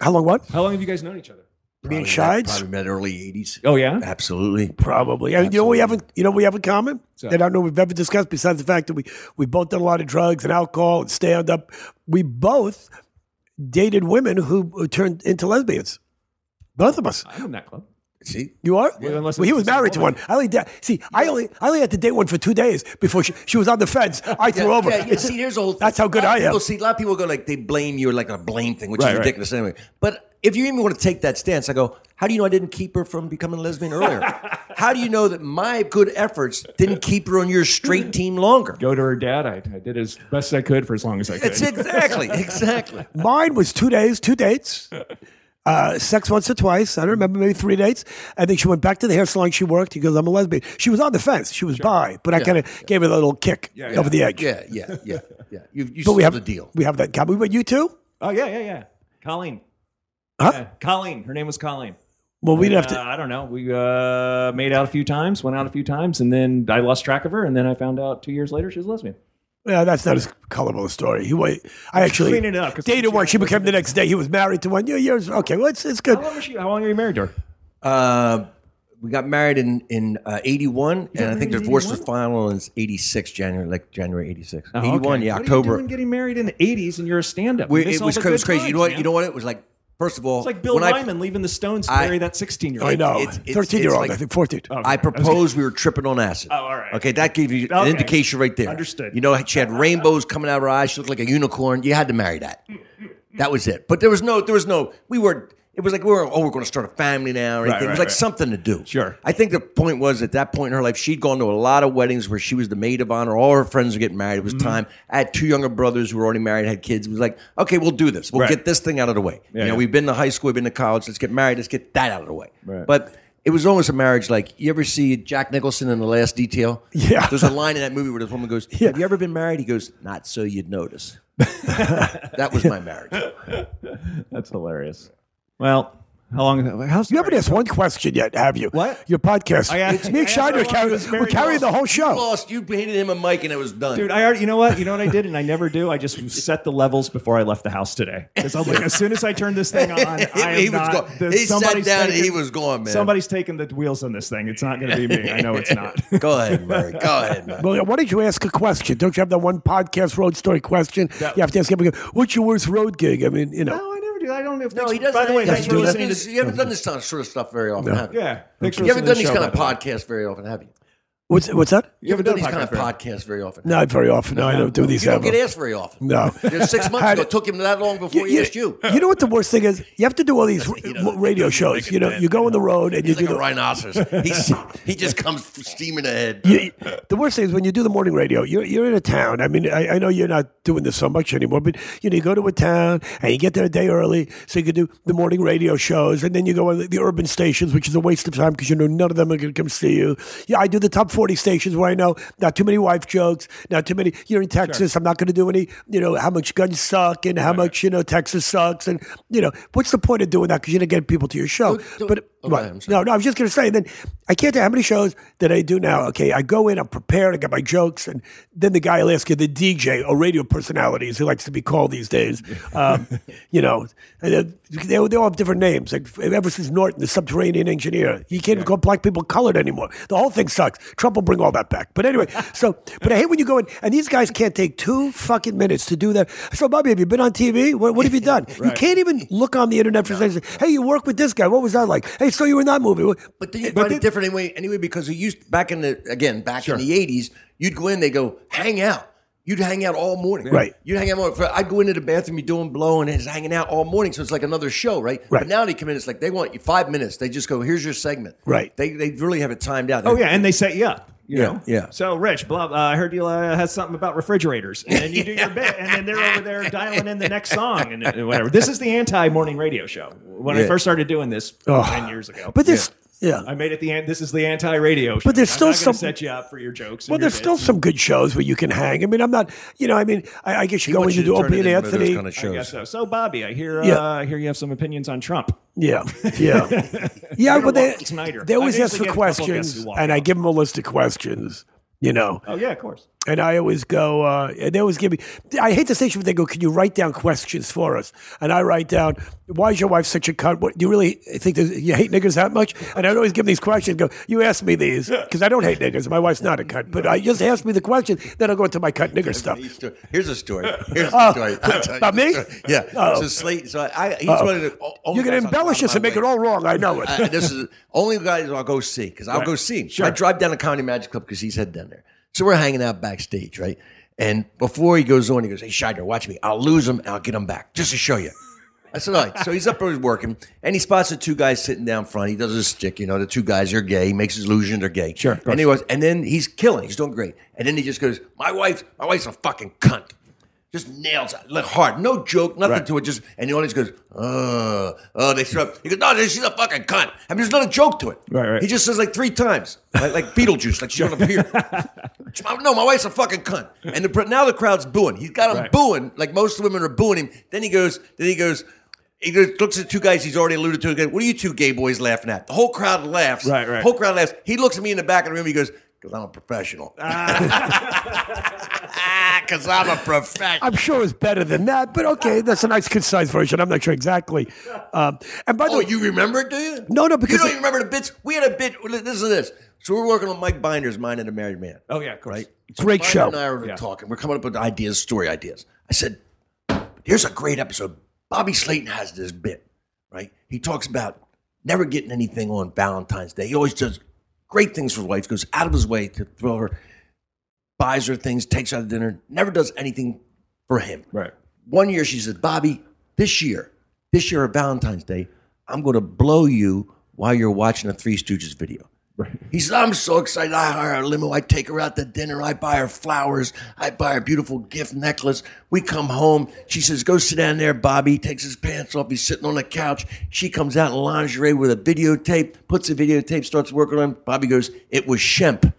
S6: How long what?
S5: How long have you guys known each other?
S6: Me and
S1: Probably met-
S6: Shides?
S1: Probably met early '80s.
S5: Oh, yeah?
S1: Absolutely.
S6: Probably. And you know what we haven't you know what we have in common?
S5: So-
S6: That I don't know we've ever discussed besides the fact that we we both did a lot of drugs and alcohol and stand up. We both dated women who, who turned into lesbians. Both of us.
S5: I'm in that club.
S1: See,
S6: You are?
S5: Well, unless
S6: he
S5: it's
S6: was
S5: the same
S6: married to
S5: woman.
S6: one. I only da- see. I only I only had to date one for two days before she, she was on
S1: *laughs*
S6: the fence. I threw over.
S1: Yeah, yeah. See, here's the whole thing.
S6: *laughs* That's how good
S1: a lot
S6: I
S1: of
S6: am.
S1: People, see, a lot of people go like they blame you or like a blame thing, which
S5: Right,
S1: is
S5: right.
S1: ridiculous anyway. But if you even want to take that stance, I go, how do you know I didn't keep her from becoming a lesbian
S6: *laughs*
S1: earlier? how do you know that my good efforts didn't keep her on your straight team longer?
S5: Go to her dad. I, I did as best I could for as long as I could.
S1: It's
S6: *laughs*
S1: exactly, exactly.
S6: Mine was two days, two dates. Uh, sex once or twice. I don't remember, maybe three dates. I think she went back to the hair salon she worked. He goes, I'm a lesbian. She was on the fence. She was bi, but I kind of gave her a little kick over the edge.
S1: Yeah, yeah, yeah, yeah. You, you
S6: But we
S1: have
S6: have
S1: the deal.
S6: We have that common. But you too?
S5: Oh, yeah, yeah, yeah. Colleen.
S6: Huh?
S5: Yeah, Colleen. Her name was Colleen.
S6: Well, we'd have
S5: Uh,
S6: to.
S5: I don't know. We uh, made out a few times, went out a few times, and then I lost track of her. And then I found out two years later she was lesbian.
S6: Yeah, that's not as colorful a story. He, wa- I actually
S5: Clean it up, 'cause-
S6: Dated one. She became the next day. He was married to one. Yeah, years. Okay, well, it's it's good.
S5: How long, was she, how long are you married to her?
S1: Uh, we got married in in uh, eighty one, and I think the divorce was final in eighty six, January like January eighty six.
S5: Oh,
S1: eighty one,
S5: okay.
S1: yeah,
S5: What are you
S1: October.
S5: doing getting married in the 80s and you're a stand up.
S1: We- it was, cra- it was crazy. you know what? You know what? It was like first of all,
S5: It's like Bill
S1: when I-
S5: Lyman leaving the Stones to
S1: I-
S5: marry that 16 year old.
S6: I know.
S1: it's- it's-
S6: Thirteen year old.
S1: it's like-
S6: I think fourteen.
S5: Oh,
S1: I
S5: okay.
S1: proposed we were tripping on acid.
S5: Oh, all right.
S1: Okay, that gave you an
S5: Okay.
S1: indication right there.
S5: Understood.
S1: You know, she had rainbows coming out of her eyes. She looked like a unicorn. You had to marry that. That was it. But there was no, there was no, we were, it was like we were, oh, we're going to start a family now. Or anything. it
S5: right,
S1: was like
S5: right.
S1: something to do.
S5: Sure.
S1: I think the point was at that point in her life, she'd gone to a lot of weddings where she was the maid of honor. All her friends were getting married. It was
S5: Mm-hmm.
S1: time. I had two younger brothers who were already married, had kids. It was like, okay, we'll do this. We'll
S5: Right.
S1: get this thing out of the way.
S5: Yeah,
S1: you know,
S5: yeah.
S1: we've been to high school, we've been to college. Let's get married. Let's get that out of the way.
S5: Right.
S1: But it was almost a marriage. Like you ever see Jack Nicholson in The Last Detail?
S6: Yeah.
S1: There's a line in that movie where this woman
S5: *laughs*
S1: goes, "Have you ever been married?" He goes, "Not so you'd notice." *laughs* that was my marriage.
S5: That's hilarious. Well, how long? How's
S6: You haven't asked one question yet, have you?
S5: What?
S6: Your podcast.
S5: I asked-
S6: It's me and
S5: I asked
S6: Shiner
S5: how long he
S6: carry,
S5: was
S6: we're
S5: married
S6: carrying
S5: to.
S6: the whole
S1: You
S6: show.
S1: lost. You handed him a mic, and it was done.
S5: Oh. Dude, I already, you know what? You know what I did, and I never do. I just set the levels before I left the house today. Because I'm like, as soon as I turn
S1: *laughs*
S5: this thing on, I am
S1: He was
S5: not.
S1: gone.
S5: the-
S1: He sat
S5: somebody's
S1: down and he was gone, man.
S5: Somebody's taking the wheels on this thing. It's not going to be me. I know
S1: *laughs*
S5: it's not.
S1: *laughs* Go ahead, Murray. Go ahead, Murray.
S6: Well, why don't you ask a question? Don't you have that one podcast road story question? You have to ask everybody. What's your worst road gig? I mean, you know.
S5: no, I never do. I don't know if.
S1: No,
S5: thanks-
S1: he doesn't.
S5: By the way,
S1: you,
S5: thanks
S1: haven't
S5: for
S1: done
S5: listening
S1: this,
S5: to.
S1: you haven't done this kind of sort of stuff very often. have you?
S5: Yeah, thanks for
S1: You haven't done
S5: listening to
S1: these
S5: the show,
S1: kind of
S5: by the way.
S1: podcasts very often, have you?
S6: What's what's that?
S1: You haven't done these
S5: a
S1: kind of
S5: podcast very
S1: podcasts very often.
S6: Not very often. No, I don't do these.
S1: You don't
S6: ever.
S1: get asked very often.
S6: No.
S1: *laughs* Just six
S5: *laughs*
S1: months ago, it took him that long before he asked you.
S6: know what the worst thing is? You have to do all
S1: *laughs*
S6: these r- radio shows. You know, you go on the road and you
S1: He's like
S6: do
S1: a
S6: the,
S1: rhinoceros. He's, he *laughs* just comes steaming ahead.
S6: you, the worst thing is when you do the morning radio. You're you're in a town. I mean, I, I know you're not doing this so much anymore, but you know, you go to a town and you get there a day early, so you can do the morning radio shows, and then you go on the, the urban stations, which is a waste of time because you know none of them are going to come see you. Yeah, I do the top forty stations where I know not too many wife jokes, not too many. You're in Texas. I'm not going to do any. You know how much guns suck and how much you know Texas sucks, and you know what's the point of doing that because you're going to get people to your show.
S1: don't-
S6: but
S1: okay,
S6: right.
S1: I'm sorry.
S6: No, no, I was just going to say. Then I can't tell you how many shows that I do now. Okay, I go in, I'm prepared, I got my jokes, and then the guy will ask you, the DJ or radio personality, as he likes to be called
S1: *laughs*
S6: these days. Um, you know, and then they, they all have different names. Like ever since Norton, the subterranean engineer, you can't even call black people colored anymore. The whole thing sucks. Trump will bring all that back. But anyway, so but I hate when you go in, and these guys can't take two fucking minutes to do that. So, Bobby, have you been on TV? What, what have you done? You can't even look on the internet for things. Hey, you work with this guy. What was that like? Hey, so you were in that movie. What-
S1: But then you find it different anyway, anyway because you used back in the again back in the eighties, you'd go in, they go hang out. You'd hang out all morning,
S6: Right.
S1: You'd hang out. All, I'd go into the bathroom, you're doing blow, and it's hanging out all morning. So it's like another show, right?
S6: Right.
S1: But now they come in, it's like they want you five minutes. They just go, "Here's your segment."
S6: Right.
S1: They they really have it timed out.
S5: Oh yeah, and they set you up. You
S1: Yeah,
S5: know?
S1: yeah.
S5: So, Rich, blah, blah, I heard you uh, had something about refrigerators, and then you
S6: *laughs*
S5: do your bit, and then they're over there dialing in the next song and, and whatever. This is the anti-morning radio show. When I
S1: Yeah.
S5: first started doing this ten years ago,
S6: But this, yeah.
S5: I made it the end. This is the anti-radio show.
S6: But there's
S5: I'm
S6: still
S5: not gonna
S6: some-
S5: set you up for your jokes. and
S6: Well,
S5: your
S6: there's still
S5: bits.
S6: some good shows where you can hang. I mean, I'm not, you know, I mean, I, I guess you go in,
S1: wants
S6: you
S1: to
S6: do
S1: turn
S6: Opie
S1: it
S6: and
S1: into one of those
S6: Anthony.
S1: kind of
S5: I
S1: shows.
S5: guess so. So, Bobby, I hear.
S6: Yeah.
S5: Uh, I hear you have some opinions on Trump.
S6: Yeah, yeah, yeah. But they,
S5: Walt Snyder.
S6: they always
S5: I
S6: ask
S5: usually
S6: for
S5: get a couple guests
S6: questions,
S5: who walk
S6: and I
S5: out.
S6: give them a list of questions. You know,
S5: Oh yeah, of course.
S6: and I always go, uh, and they always give me. I hate the station, but they go, "Can you write down questions for us?" And I write down, "Why is your wife such a cunt? What, do you really think that you hate niggers that much?" And I'd always give these questions. Go, you ask me these because I don't hate niggers. My wife's not a cunt, but I just ask me the question. Then I'll go into my cunt nigger stuff.
S1: Here's a story.
S6: *laughs*
S1: Here's
S6: Oh,
S1: a story. *laughs* I'll tell you
S6: about
S1: the
S6: me?
S1: story. Yeah.
S6: Oh.
S1: So Slate. So I. He's
S6: Uh-oh.
S1: one of the. o- only
S6: You're
S1: guys
S6: going to
S1: on
S6: embellish
S1: my
S6: this and make
S1: way.
S6: it all wrong. I know it.
S1: I- Uh, this is only guys I'll go see because I'll go see him. I drive down to Comedy Magic Club because he's head down there. So we're hanging out backstage, right? And before he goes on, he goes, "Hey Scheider, watch me. I'll lose him. and I'll get him back just to show you." I said, "All right." So he's up there working, and he spots the two guys sitting down front. He does his stick, you know. The two guys are gay. He makes his illusion they're gay. Sure. And he was, and then he's killing. He's doing great. And then he just goes, "My wife, my wife's a fucking cunt." Just nails it, like hard, no joke, nothing to it. Just and the audience goes, oh, oh, they throw up. He goes, no, she's a fucking cunt. I mean, there's not a joke to it.
S5: Right, right.
S1: He just says like three times, like, like Beetlejuice, like she's gonna appear. *laughs* no, my wife's a fucking cunt. And the, now the crowd's booing. He's got them
S5: Right.
S1: booing, like most women are booing him. Then he goes, then he goes, he goes, looks at two guys he's already alluded to. Again, what are you two gay boys laughing at? The whole crowd laughs.
S5: Right, right.
S1: Whole crowd laughs. He looks at me in the back of the room. He goes, because I'm a professional.
S5: Ah.
S1: *laughs* Because I'm a professional.
S6: I'm sure it's better than that, but okay, that's a nice concise version. I'm not sure exactly. Um, and by the
S1: Oh,
S6: way,
S1: you remember it, do you?
S6: No, no, because
S1: you don't
S6: it-
S1: even remember the bits. We had a bit. This is this. So we're working on Mike Binder's Mind and a Married Man.
S5: Oh yeah, of course.
S1: right?
S6: great
S1: Byron
S6: show.
S1: and I were talking. We're coming up with ideas, story ideas. I said, "Here's a great episode. Bobby Slayton has this bit, right? He talks about never getting anything on Valentine's Day. He always does great things for his wife. Goes out of his way to throw her, buys her things, takes her out to dinner. Never does anything for him.
S5: Right.
S1: One year she said, "Bobby, this year, this year of Valentine's Day, I'm going to blow you while you're watching a Three Stooges video."
S5: Right.
S1: He said, I'm so excited. I hire a limo. I take her out to dinner. I buy her flowers. I buy her beautiful gift necklace. We come home. She says, Go sit down there, Bobby. He takes his pants off. He's sitting on the couch. She comes out in lingerie with a videotape, puts the videotape, starts working on him. Bobby goes, It was
S5: *laughs*
S1: Shemp.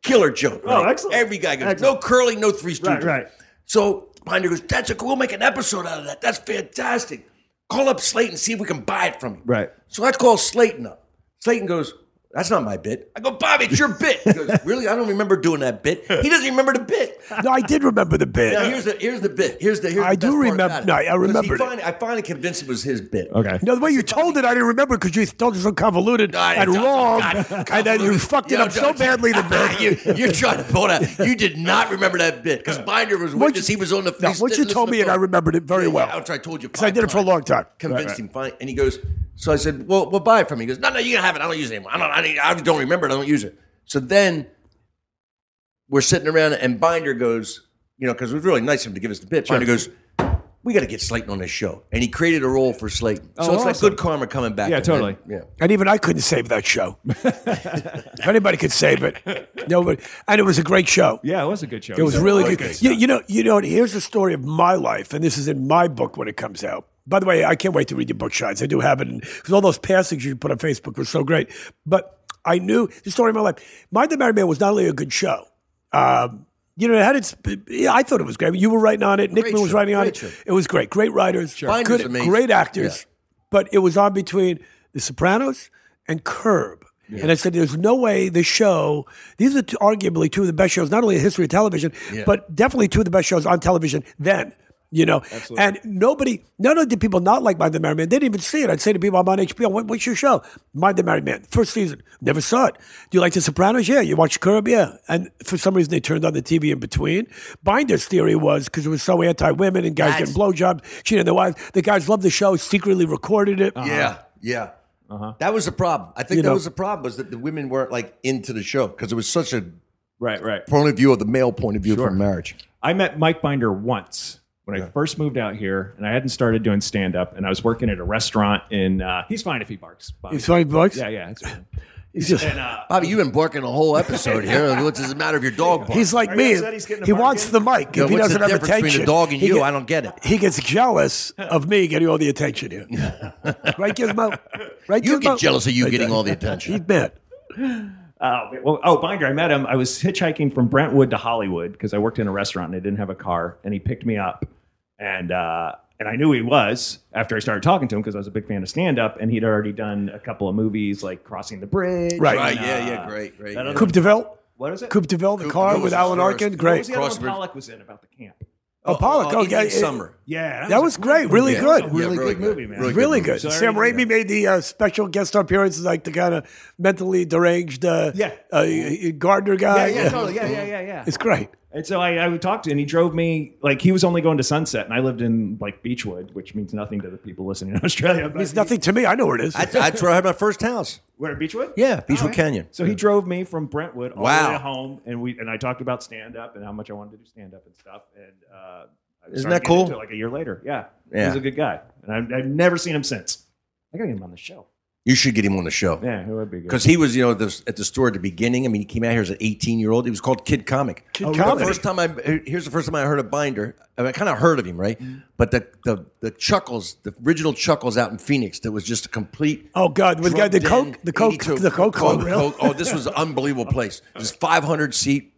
S1: Killer joke.
S5: Oh,
S1: right?
S5: excellent.
S1: Every guy goes,
S5: Excellent.
S1: No curling, no three stooges.
S5: Right, right.
S1: So Binder goes, That's a cool. We'll make an episode out of that. That's fantastic. Call up Slate and see if we can buy it from you.
S5: Right.
S1: So I call Slayton up. Slayton goes, That's not my bit. I go, Bobby, it's your bit. He
S6: *laughs*
S1: goes, Really? I don't remember doing that bit. He doesn't remember the bit.
S6: no, I did remember the bit.
S1: Now here's the here's the bit. Here's the here's
S6: I
S1: the best
S6: do
S1: part
S6: remember-
S1: about it.
S6: no, I
S1: 'Cause he
S6: remembered it.
S1: finally- I finally convinced it was his bit.
S5: Okay.
S6: No, the way you told it, I didn't remember because you told it so convoluted
S1: I-
S6: and
S1: God,
S6: wrong,
S1: God,
S6: and then you
S1: convoluted.
S6: fucked it
S1: Yo,
S6: up so
S1: don't-
S6: badly. The *laughs*
S1: *laughs* *laughs*
S6: bit.
S1: you, you're trying to pull it out. You did not remember that bit because Binder was
S6: What
S1: witness.
S6: you-
S1: He was on the.
S6: No,
S1: he's
S6: what you
S1: listening
S6: told
S1: to
S6: me
S1: the
S6: and I
S1: phone.
S6: remembered it very
S1: Yeah, yeah,
S6: well.
S1: After I told you,
S6: 'Cause I did it for a long time.
S1: Convinced him fine, and he goes. So I said, "Well, we'll buy it from you." He goes, "No, no, you can have it. I don't use it anymore. I don't. I, need, I don't remember it. I don't use it." So then we're sitting around, and Binder goes, "You know, because it was really nice of him to give us the bit." Binder goes. We got to get Slayton on this show, and he created a role for Slayton. So
S5: Oh,
S1: it's like
S5: awesome.
S1: good karma coming back.
S5: Yeah,
S1: to him,
S5: totally.
S1: man. Yeah.
S6: And even I couldn't save
S1: *laughs*
S6: that show. if anybody could save it, nobody. And it was a great show.
S5: Yeah, it was a good show.
S6: It was really good. you, you know, you know. Here's the story of my life, and this is in my book when it comes out. By the way, I can't wait to read your book, Shines. I do have it because all those passings you put on Facebook were so great. But I knew the story of my life. Mind the Married Man was not only a good show. Um, you know, it had its. I thought it was great. You were writing on it. Nickman was
S1: show.
S6: writing on
S1: Great
S6: it.
S1: show.
S6: It was great. Great writers.
S1: Binder's
S6: Good,
S1: amazing.
S6: great actors but it was on between The Sopranos and Curb. And I said, there's no way this show, these are t- arguably two of the best shows, not only in the history of television, but definitely two of the best shows on television then. You know, and nobody, not only did people not like Mind the Married Man, they didn't even see it. I'd say to people, I'm on HBO, what, what's your show? Mind the Married Man, first season, never saw it. Do you like The Sopranos? Yeah. You watch Curb? Yeah. And for some reason, they turned on the TV in between. Binder's theory was because it was so anti women and guys getting blowjobs, cheating on their wives. The guys loved the show, secretly recorded it.
S5: Uh-huh.
S1: Yeah, yeah. That was the problem. I think
S6: You
S1: that
S6: know-
S1: was the problem was that the women weren't like into the show because it was such a
S5: Right, right.
S1: point of view of the male point of view from marriage.
S5: I met Mike Binder once when I first moved out here, and I hadn't started doing stand up, and I was working at a restaurant in. Uh, he's fine if he barks. Bobby.
S6: It's funny, Bucks.
S5: Yeah, yeah. It's fine.
S6: He's, just,
S1: Bobby, you've been barking a whole episode here.
S5: *laughs*
S1: What does it matter if your dog barks?
S6: he's like
S5: Are you
S6: me.
S5: upset he's getting a
S6: He
S5: bark
S6: wants
S5: in?
S6: the mic.
S1: You know,
S6: if he
S1: what's
S6: doesn't
S1: the
S6: have
S1: difference
S6: attention,
S1: between a dog and
S6: he
S1: you?
S6: get-
S1: I don't get it.
S6: He gets jealous of me getting all the
S1: *laughs*
S6: attention here. right, Gizmo? Right,
S1: You
S6: Gizmo?
S1: get jealous of you
S6: Right
S1: getting
S6: there.
S1: all the attention.
S6: He's mad.
S5: Oh, well, oh, Binder, I met him. I was hitchhiking from Brentwood to Hollywood because I worked in a restaurant and I didn't have a car, and he picked me up, and uh, and I knew he was after I started talking to him because I was a big fan of stand up, and he'd already done a couple of movies like Crossing the Bridge,
S6: Right.
S1: Right,
S5: and,
S1: yeah,
S5: uh,
S1: yeah, great, great,
S5: that
S1: yeah.
S5: other-
S6: Coupe DeVille?
S5: what is it?
S6: Coupe DeVille, the
S1: Coupe
S6: car
S1: DeVille was
S6: with Alan
S1: his
S6: Arkin?
S1: first.
S5: What was
S6: Great.
S5: the other
S1: Cross
S5: one
S1: Bridge.
S5: Pollock was in about the camp?
S6: Oh, Pollock. Oh,
S1: Indian
S6: yeah.
S1: Summer.
S5: Yeah,
S6: That was great. Really
S5: yeah,
S6: good.
S5: that was a really,
S1: Yeah, really
S5: good,
S1: good.
S5: movie, man.
S1: Really
S6: Really
S1: good
S6: good.
S1: movies.
S5: So I
S6: Sam
S5: already-
S6: Raimi made the uh, special guest appearances, like the kind of mentally deranged uh,
S5: Yeah.
S6: uh, gardener guy.
S5: Yeah, yeah, totally. Yeah, yeah, yeah, yeah.
S6: *laughs* It's great.
S5: And so I, I would talk to, and he drove me like he was only going to Sunset, and I lived in like Beechwood, which means nothing to the people listening in *laughs* Australia. But
S6: It's nothing to me. I know where it is.
S1: That's, that's where I had my first house.
S5: Where Beechwood?
S1: Yeah, Beechwood
S5: All right.
S1: Canyon.
S5: So he drove me from Brentwood all the
S1: Wow.
S5: way to home, and we and I talked about stand up and how much I wanted to do stand up and stuff. And uh, I started
S1: that
S5: getting
S1: cool?
S5: into it, Like a year later, yeah,
S1: Yeah.
S5: he's a good guy, and I've, I've never seen him since. I gotta get him on the show.
S1: You should get him on the show.
S5: Yeah, it would be good.
S1: Because he was, you know, this, at the store at the beginning. I mean, he came out here as an 18 year old. He was called Kid Comic. Kid
S6: Comedy.
S1: first time I here's the first time I heard of Binder. I, mean, I kind of heard of him, right?
S5: Mm-hmm.
S1: But the, the the chuckles, the original chuckles out in Phoenix, that was just a complete.
S6: Oh, God, with the guy- the
S1: drug
S6: Coke-
S1: den,
S6: the Coke-
S1: 82
S6: the Coke Club, really?
S1: Oh, this was an unbelievable place. This 500 seat,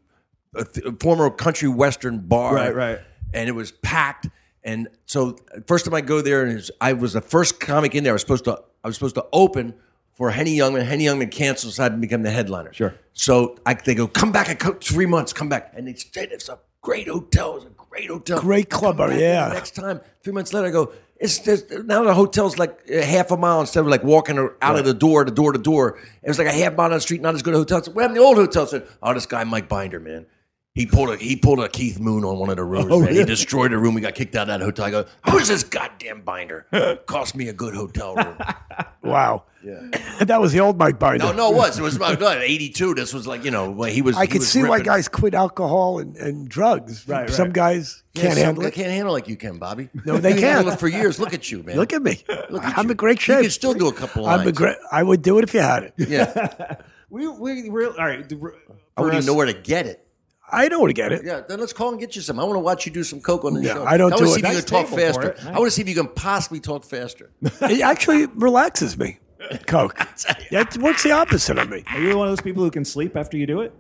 S1: a th- a former country western bar,
S5: Right, right.
S1: and it was packed. And so, first time I go there, and it's, I was the first comic in there. I was supposed to I was supposed to open for Henny Youngman. Henny Youngman cancels, had to become the headliner.
S5: Sure.
S1: So I, they go, come back in co- three months, come back. And they said, it's a great hotel. It's a great hotel.
S6: Great club,
S1: Come back
S6: yeah.
S1: the Next time, three months later, I go, it's just, now the hotel's like a half a mile instead of like walking out of the door to door to door. It was like a half mile down the street, not as good a hotel. I said, what happened to the old hotel? I said, oh, this guy, Mike Binder, man. He pulled a he pulled a Keith Moon on one of the rooms.
S6: Oh,
S1: man. He destroyed a room. We got kicked out of that hotel. I go, who's this goddamn
S6: *laughs*
S1: binder? Cost me a good hotel room.
S6: Wow. Yeah. *laughs* that was the old Mike Binder.
S1: No, no, it was. It was about no, 82. This was like, you know, when he was.
S6: I
S1: he
S6: could
S1: was
S6: see why
S1: ripping.
S6: guys quit alcohol and, and drugs.
S5: Right,
S6: Some
S5: right.
S6: guys
S1: Yeah,
S6: can't
S1: some-
S6: handle
S1: They
S6: it.
S1: can't handle like you can, Bobby.
S6: No, they
S1: You handled
S6: can't.
S1: it for years. Look at you, man.
S6: Look at me.
S1: Look at
S6: I'm
S1: you.
S6: in great shape.
S1: You could still do a couple
S6: I'm a
S1: lines.
S6: great, I would do it if you had it.
S1: Yeah,
S5: We we we all right. the- for
S1: I wouldn't
S5: us-
S1: even know where to get it.
S6: I know where to get it.
S1: Yeah, then let's call and get you some. I want to watch you do some coke on the
S6: Yeah,
S1: show.
S6: I don't
S1: I wanna
S6: do it.
S1: see if you can
S5: Nice
S1: talk
S5: table for
S1: faster.
S5: it.
S1: I want to see if you can possibly talk *laughs* faster.
S6: It actually relaxes me. Coke. That works the opposite on me.
S5: Are you one of those people who can sleep after you do it?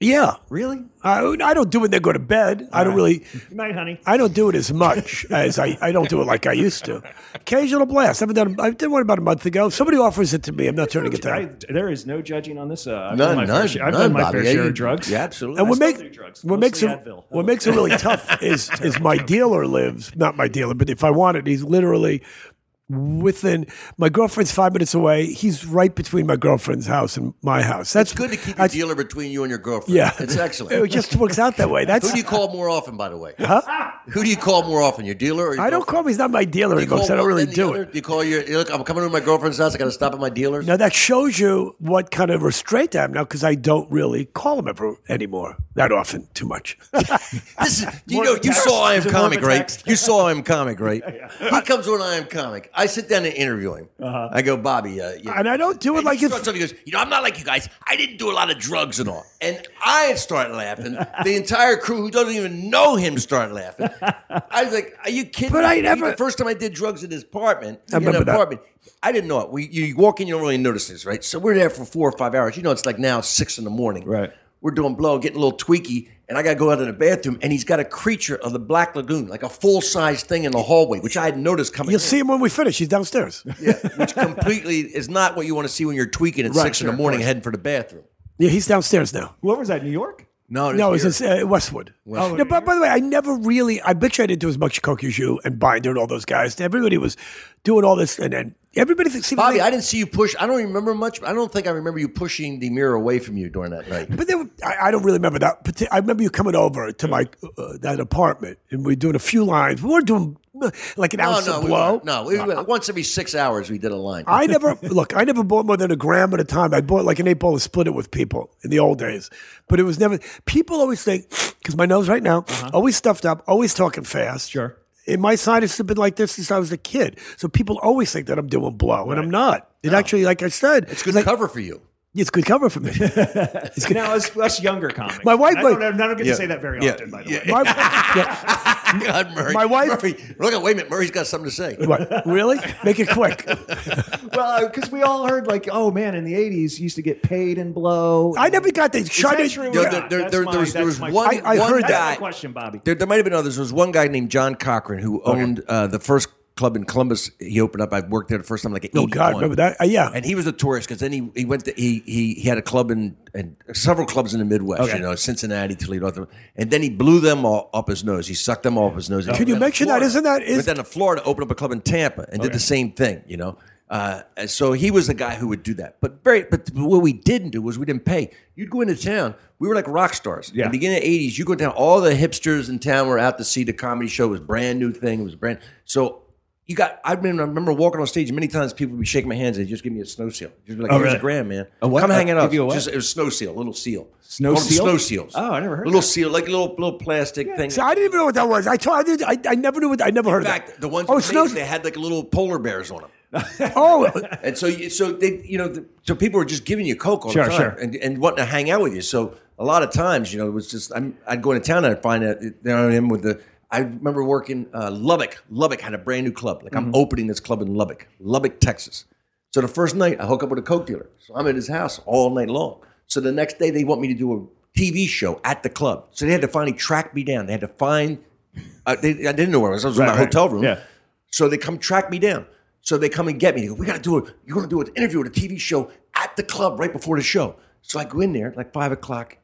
S6: Yeah.
S5: Really?
S6: I, I don't do it when they go to bed. I don't really.
S5: Good night, honey.
S6: I don't do it as much as I, I don't do it like I used to. Occasional blast. I haven't done. I did one about a month ago. Somebody offers it to me. I'm not turning it down.
S5: I, there is no judging on this. Uh, I've done
S1: None,
S5: my fair
S1: none,
S5: share- I've
S1: none,
S5: done my
S1: Bobby.
S5: fair
S1: Yeah,
S5: share
S1: you-
S5: of drugs.
S1: Yeah, absolutely.
S6: And what
S5: still
S6: makes
S5: do drugs,
S6: what
S5: mostly
S6: makes it
S5: Advil.
S6: what makes it
S5: *laughs*
S6: really tough is is my dealer lives not my dealer, but if I wanted, he's literally within my girlfriend's five minutes away. He's right between my girlfriend's house and my house. That's
S1: It's good to keep the
S6: that's-
S1: dealer between you and your girlfriend.
S6: Yeah,
S1: it's
S6: It
S1: excellent.
S6: just works out that way.
S1: Who
S6: That's
S1: do you call more often, by the way? *laughs* Huh? Who do you call more often, your dealer or your
S6: I don't
S1: girlfriend?
S6: call him. He's not my dealer
S1: You
S6: anymore.
S1: call
S6: So I don't
S1: one,
S6: really
S1: then the
S6: do
S1: other?
S6: it.
S1: You call your look. I'm coming to my girlfriend's house. I got to stop at my dealer's.
S6: Now that shows you what kind of restraint I am now because I don't really call him ever anymore that often too much.
S1: *laughs* This is,
S6: *laughs*
S1: you know, you saw I am
S5: it more of a
S1: comic, right?
S5: text?
S1: You saw I am comic,
S6: *laughs*
S1: right? He comes on I am comic. I sit down and interview him. I go, Bobby, uh, you
S6: Uh-huh. And I don't do it like
S1: he
S6: it's-
S1: starts off, he goes, you know, I'm not like you guys. I didn't do a lot of drugs and all. And I start
S6: *laughs*
S1: laughing. the entire crew who doesn't even know him start laughing. I was like, are you kidding?
S6: But
S1: me?
S6: I never-
S1: The first time I did drugs in his apartment,
S6: I remember
S1: in
S6: that.
S1: an apartment, I didn't know it. We, you walk in, you don't really notice this, right? So we're there for four or five hours. You know, it's like now six in the morning.
S5: Right.
S1: We're doing blow, getting a little tweaky, and I got to go out to the bathroom, and he's got a creature of the Black Lagoon, like a full size thing in the hallway, which I had noticed coming.
S6: You'll
S1: in.
S6: see him when we finish. He's downstairs.
S1: Yeah, which completely is not what you want to see when you're tweaking at
S5: Right,
S1: six
S5: sure,
S1: in
S5: of
S1: the morning,
S5: course.
S1: heading for the bathroom.
S6: Yeah, he's downstairs now.
S5: What was that? New York?
S1: No,
S6: No,
S1: it's
S6: it's just, uh, Westwood.
S5: Westwood.
S6: No, but by the way, I never really. I bet you I didn't do as much coke as you and Binder and all those guys. Everybody was doing all this, and, and everybody thinks. seemed to
S1: Bobby,
S6: think-
S1: I didn't see you push. I don't remember much. I don't think I remember you pushing the mirror away from you during that night.
S6: But they were, I, I don't really remember that. But I remember you coming over to my uh, that apartment, and we were doing a few lines. We were doing uh, like an
S1: No,
S6: ounce
S1: no,
S6: of
S1: we
S6: blow.
S1: weren't. no. We, we- once every six hours, we did a line.
S6: I never *laughs* look. I never bought more than a gram at a time. I bought like an eight ball and split it with people in the old days. But it was never. People always think because my nose right now
S1: Uh-huh.
S6: always stuffed up, always talking fast.
S5: Sure.
S6: And my sinus have been like this since I was a kid. So people always think that I'm doing blow, and I'm not. It actually, like I said,
S1: it's good
S6: like,
S1: cover for you.
S6: It's good cover
S1: *laughs*
S6: for me.
S5: Now, us, us younger comics.
S6: My wife
S5: I
S6: was-
S5: don't, I don't get
S1: Yeah.
S5: to say that very
S1: Yeah.
S5: often, by the
S1: Yeah.
S5: way.
S6: My- yeah,
S1: God, Murray.
S6: My wife-
S1: Murray, look at wait a minute. Murray's got something to say.
S6: what? Really? Make it quick.
S5: Well, because we all heard like, oh man, in the '80s, you used to get paid and blow.
S6: I never got the
S5: Is that
S6: shot.
S5: true or
S1: There-
S5: not?
S1: there- there-
S5: That's
S1: there
S5: my-
S1: was- there
S5: that's
S1: was
S5: my
S1: one-
S5: question.
S6: I- I
S1: one
S6: heard
S5: That's
S1: guy-
S5: my question, Bobby.
S1: There, there might have been others. There was one guy named John Cochran who owned uh, the first club in Columbus. He opened up. I worked there the first time, like
S6: Oh God, remember that? Uh, yeah.
S1: And he was a tourist because then he, he went to he, he he had a club in and several clubs in the Midwest,
S5: Okay.
S1: you know, Cincinnati, Toledo, and then he blew them all up his nose. He sucked them all up his nose.
S6: Can you mention that? Isn't that- is-
S1: But then to Florida, opened up a club in Tampa and did the same thing, you know. Uh, and so he was the guy who would do that. But very but what we didn't do was we didn't pay. You'd go into town. We were like rock stars.
S5: Yeah.
S1: In the beginning of the eighties, you go down. All the hipsters in town were out to see the comedy show. It was a brand new thing. It was brand. So you got. I mean, I remember walking on stage many times. People would be shaking my hands. They just give me a snow seal. Just be like,
S5: Oh,
S1: here's
S5: really?
S1: a grand man.
S5: A what?
S1: Come hang it
S5: Uh,
S1: out.
S5: give you a what?
S1: Just, it was snow seal, little seal.
S5: Snow
S1: Called them
S5: seal?
S1: Snow seals.
S5: Oh, I never heard
S1: Little
S5: that.
S1: seal, like a little little plastic thing.
S6: So I didn't even know what that was. I told I, did, I, I never knew what I never heard
S1: In
S6: of
S1: fact,
S6: that.
S1: the ones
S6: oh
S1: that made
S6: snow
S1: it, they had like little polar bears on them.
S6: oh
S1: And so, you, so they, you know, the, so people were just giving you coke all
S5: Sure,
S1: the time
S5: sure.
S1: and, and wanting to hang out with you. So a lot of times, you know, it was just I'm, I'd go into town and I'd find out you know, I am with the. I remember working uh, Lubbock. Lubbock had a brand new club. Like
S5: Mm-hmm.
S1: I'm opening this club in Lubbock, Lubbock, Texas. So the first night I hook up with a coke dealer. So I'm at his house all night long. So the next day they want me to do a TV show at the club. So they had to finally track me down. They had to find. Uh, they, I didn't know where I was. I was in my
S5: right.
S1: hotel room.
S5: Yeah.
S1: So they come track me down. So they come and get me. They go, we got to do it. You're going to do an interview at a TV show at the club right before the show. So I go in there like five o'clock.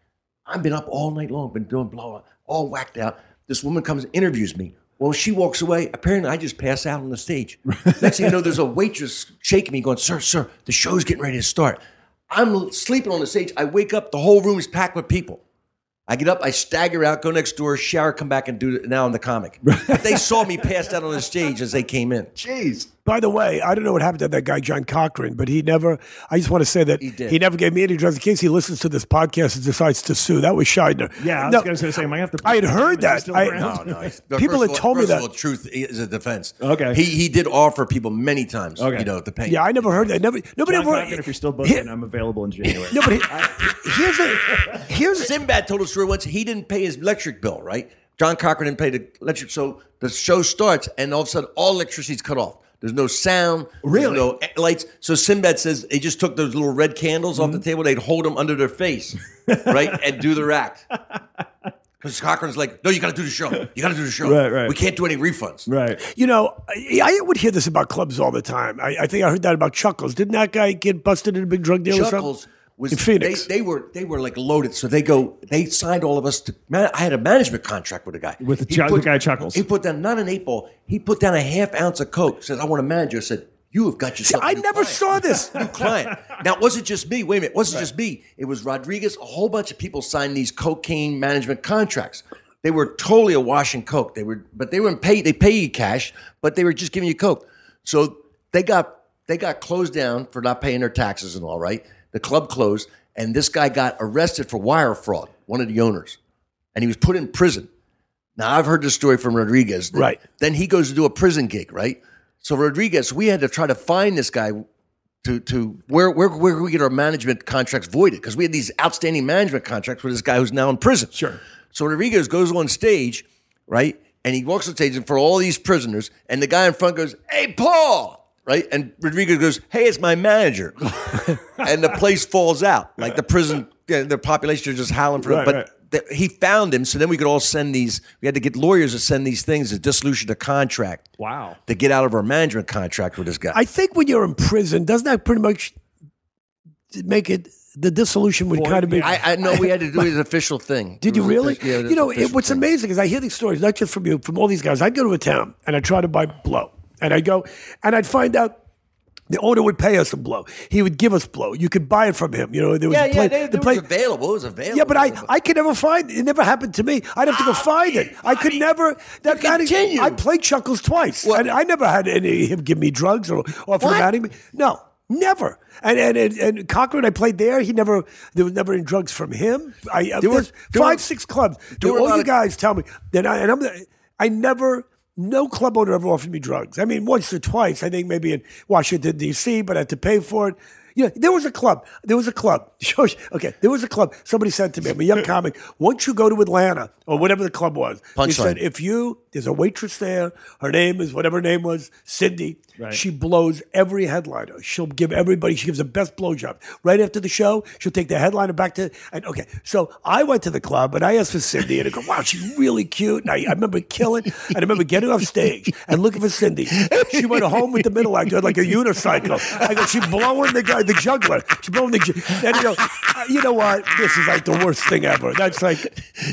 S1: I've been up all night long, been doing blow up, all whacked out. This woman comes, interviews me. Well, she walks away. Apparently, I just pass out on the stage. Next thing you know, there's a waitress shaking me, going, "Sir, sir, the show's getting ready to start." I'm sleeping on the stage. I wake up, the whole room is packed with people. I get up, I stagger out, go next door, shower, come back, and do it. Now I'm the comic. But they saw me passed out on the stage as they came in.
S5: Jeez.
S6: By the way, I don't know what happened to that guy John Cochran, but he never. I just want to say that he,
S1: did.
S6: never gave me any drugs. In case he listens to this podcast and decides to sue, that was Scheidner.
S5: Yeah, I was
S6: No,
S5: going to say, I might have to.
S6: I had heard
S5: Is he
S6: that.
S5: still *laughs*
S6: I-
S5: around?
S1: No, no.
S6: People
S1: first
S6: had
S1: of all-
S6: told me
S1: first
S6: that.
S1: Of all, truth is a defense.
S5: Okay.
S1: He he did offer people many times.
S5: Okay.
S1: You know the pain.
S6: Yeah, I never heard that. Never. Nobody
S5: John
S6: ever.
S5: Cochran, if you're still booking, I'm available in January.
S6: no, but
S5: *laughs*
S6: he- here's a here's
S1: Sinbad told a story once. He didn't pay his electric bill, right? John Cochran didn't pay the electric. So the show starts, and all of a sudden, all electricity's cut off. There's no sound. Really? No e- lights. So Sinbad says they just took those little red candles off the table. They'd hold them under their face, right, and do the act. Because Cochran's like, no, you got to do the show. You got to do the show.
S5: Right, right.
S1: We can't do any refunds.
S5: right.
S6: You know, I, I would hear this about clubs all the time. I, I think I heard that about Chuckles. Didn't that guy get busted in a big drug deal or
S1: Chuckles
S6: something?
S1: was
S6: in Phoenix.
S1: They, they were they were like loaded. So they go. They signed all of us to. Man, I had a management contract with a guy.
S5: With the
S1: He
S5: Chuck- the guy Chuckles.
S1: He put down not an eight ball. He put down a half ounce of coke. Said, "I want a manager." Said, "You have got yourself." a
S6: I
S1: new
S6: never
S1: client."
S6: saw
S1: *laughs*
S6: this.
S1: New client. Now, it wasn't just me. Wait a minute. It wasn't just me. It was Rodriguez. A whole bunch of people signed these cocaine management contracts. They were totally awash in coke. They were, but they weren't paid. They pay you cash, but they were just giving you coke. So they got they got closed down for not paying their taxes and all. Right, the club closed, and this guy got arrested for wire fraud. One of the owners, and he was put in prison. Now I've heard this story from Rodriguez. that-
S6: Right.
S1: Then he goes to do a prison gig, right? So Rodriguez, we had to try to find this guy to to where where where could we get our management contracts voided? Because we had these outstanding management contracts with this guy who's now in prison. Sure. So Rodriguez goes on stage, right? And he walks on stage and for all these prisoners, and the guy in front goes, Hey Paul. Right? And Rodriguez goes, Hey, it's my
S5: *laughs*
S1: manager. and the place falls out. Like the prison, yeah, the population are just howling for him.
S5: Right,
S1: But
S5: right.
S1: that he found him. So then we could all send these. We had to get lawyers to send these things a dissolution of contract.
S5: Wow.
S1: To get out of our management contract with this guy.
S6: I think when you're in prison, doesn't that pretty much make it the dissolution would kind of be?
S1: I, I know we had to do his official thing.
S6: Did
S1: It
S6: you
S1: was
S6: really?
S1: official- yeah, was
S6: you know, it,
S1: official
S6: what's
S1: thing.
S6: amazing is I hear these stories, not just from you, from all these guys. I'd go to a town and I'd try to buy blow. And I'd go and I'd find out the owner would pay us a blow. He would give us blow. You could buy it from him. You know, there was
S1: Yeah,
S6: a place.
S1: yeah, they,
S6: the
S1: it
S6: place-
S1: was available. It was available.
S6: yeah, but I, I could never find it. It never happened to me. I'd have to go find it. I could never. That guy
S1: continue.
S6: I played Chuckles twice. And I never had any him give me drugs or offer him
S1: What?
S6: out. No, never. And and and, and Cochran, I played there. He never there was never any drugs from him. I there
S1: were-
S6: was
S1: there
S6: five
S1: were-
S6: six clubs.
S1: there were a
S6: all
S1: lot
S6: you
S1: of-
S6: guys tell me that I and I'm the- I never. No club owner ever offered me drugs. I mean, once or twice. I think maybe in Washington D.C., but I had to pay for it. You know, there was a club. There was a club. *laughs* okay, there was a club. Somebody said to me, I'm a
S1: *laughs*
S6: young comic. Once you go to Atlanta or whatever the club was, they
S1: Punchline.
S6: said if you there's a waitress there. Her name is whatever her name was, Cindy. She blows every headliner. She'll give everybody. She gives the best blowjob. Right after the show, she'll take the headliner back to. And okay, so I went to the club and I asked for Cindy, and I go, "Wow, she's really cute." And I, I remember killing, and I remember getting off stage and looking for Cindy. She went home with the middle actor like a unicycle. I go, "She blowing the guy, the juggler. She blowing the." ju-" And you know, I- "Uh, you know what? This is like the worst thing ever. That's like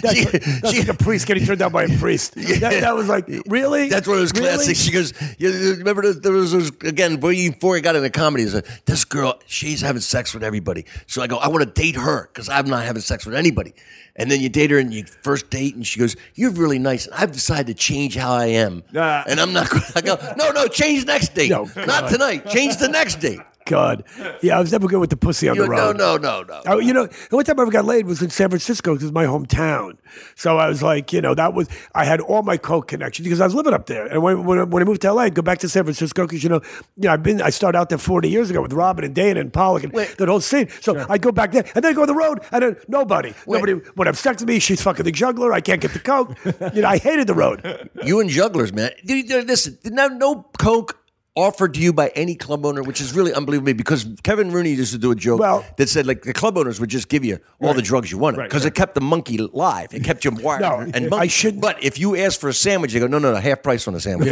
S6: that's,
S1: She-
S6: that's
S1: she-
S6: like a priest getting
S1: *laughs*
S6: turned down by a priest. That, that was like, really?
S1: That's one of those
S6: Really?
S1: classics. She goes, you, you remember those- there was, those- again before I got into comedy. Is this girl? She's having sex with everybody. So I go, I want to date her because I'm not having sex with anybody. And then you date her and you first date, and she goes, "You're really nice." And I've decided to change how I am,
S5: Ah.
S1: and I'm not. going I go, no, no, change next date,
S6: No,
S1: not tonight. Change the next date.
S6: *laughs* God. Yeah, I was never good with the pussy on
S1: You
S6: the
S1: go, no,
S6: road.
S1: no, no, no.
S6: I, you know, the one time I ever got laid was in San Francisco because it's my hometown. So I was like, you know, that was, I had all my coke connections because I was living up there. And when, when, I- when I moved to LA, I'd go back to San Francisco because, you know, you know, I've been, I started out there 40 years ago with Robin and Dana and Pollock and that whole scene. So I'd go back there and then I'd go on the road and then nobody, nobody would have sex with me. She's fucking the juggler. I can't get the coke. you know, I hated the road.
S1: You and jugglers, man. Dude, there- Listen, no, no coke offered to you by any club owner, which is really unbelievable to me because Kevin Rooney used to do a joke
S6: Well-
S1: that said like the club owners would just give you all the drugs you wanted because it kept the monkey live, it kept you wired
S6: No,
S1: and
S6: I
S1: monkey.
S6: shouldn't-
S1: But if you asked for a sandwich, they go, no, no, no, half price on a sandwich.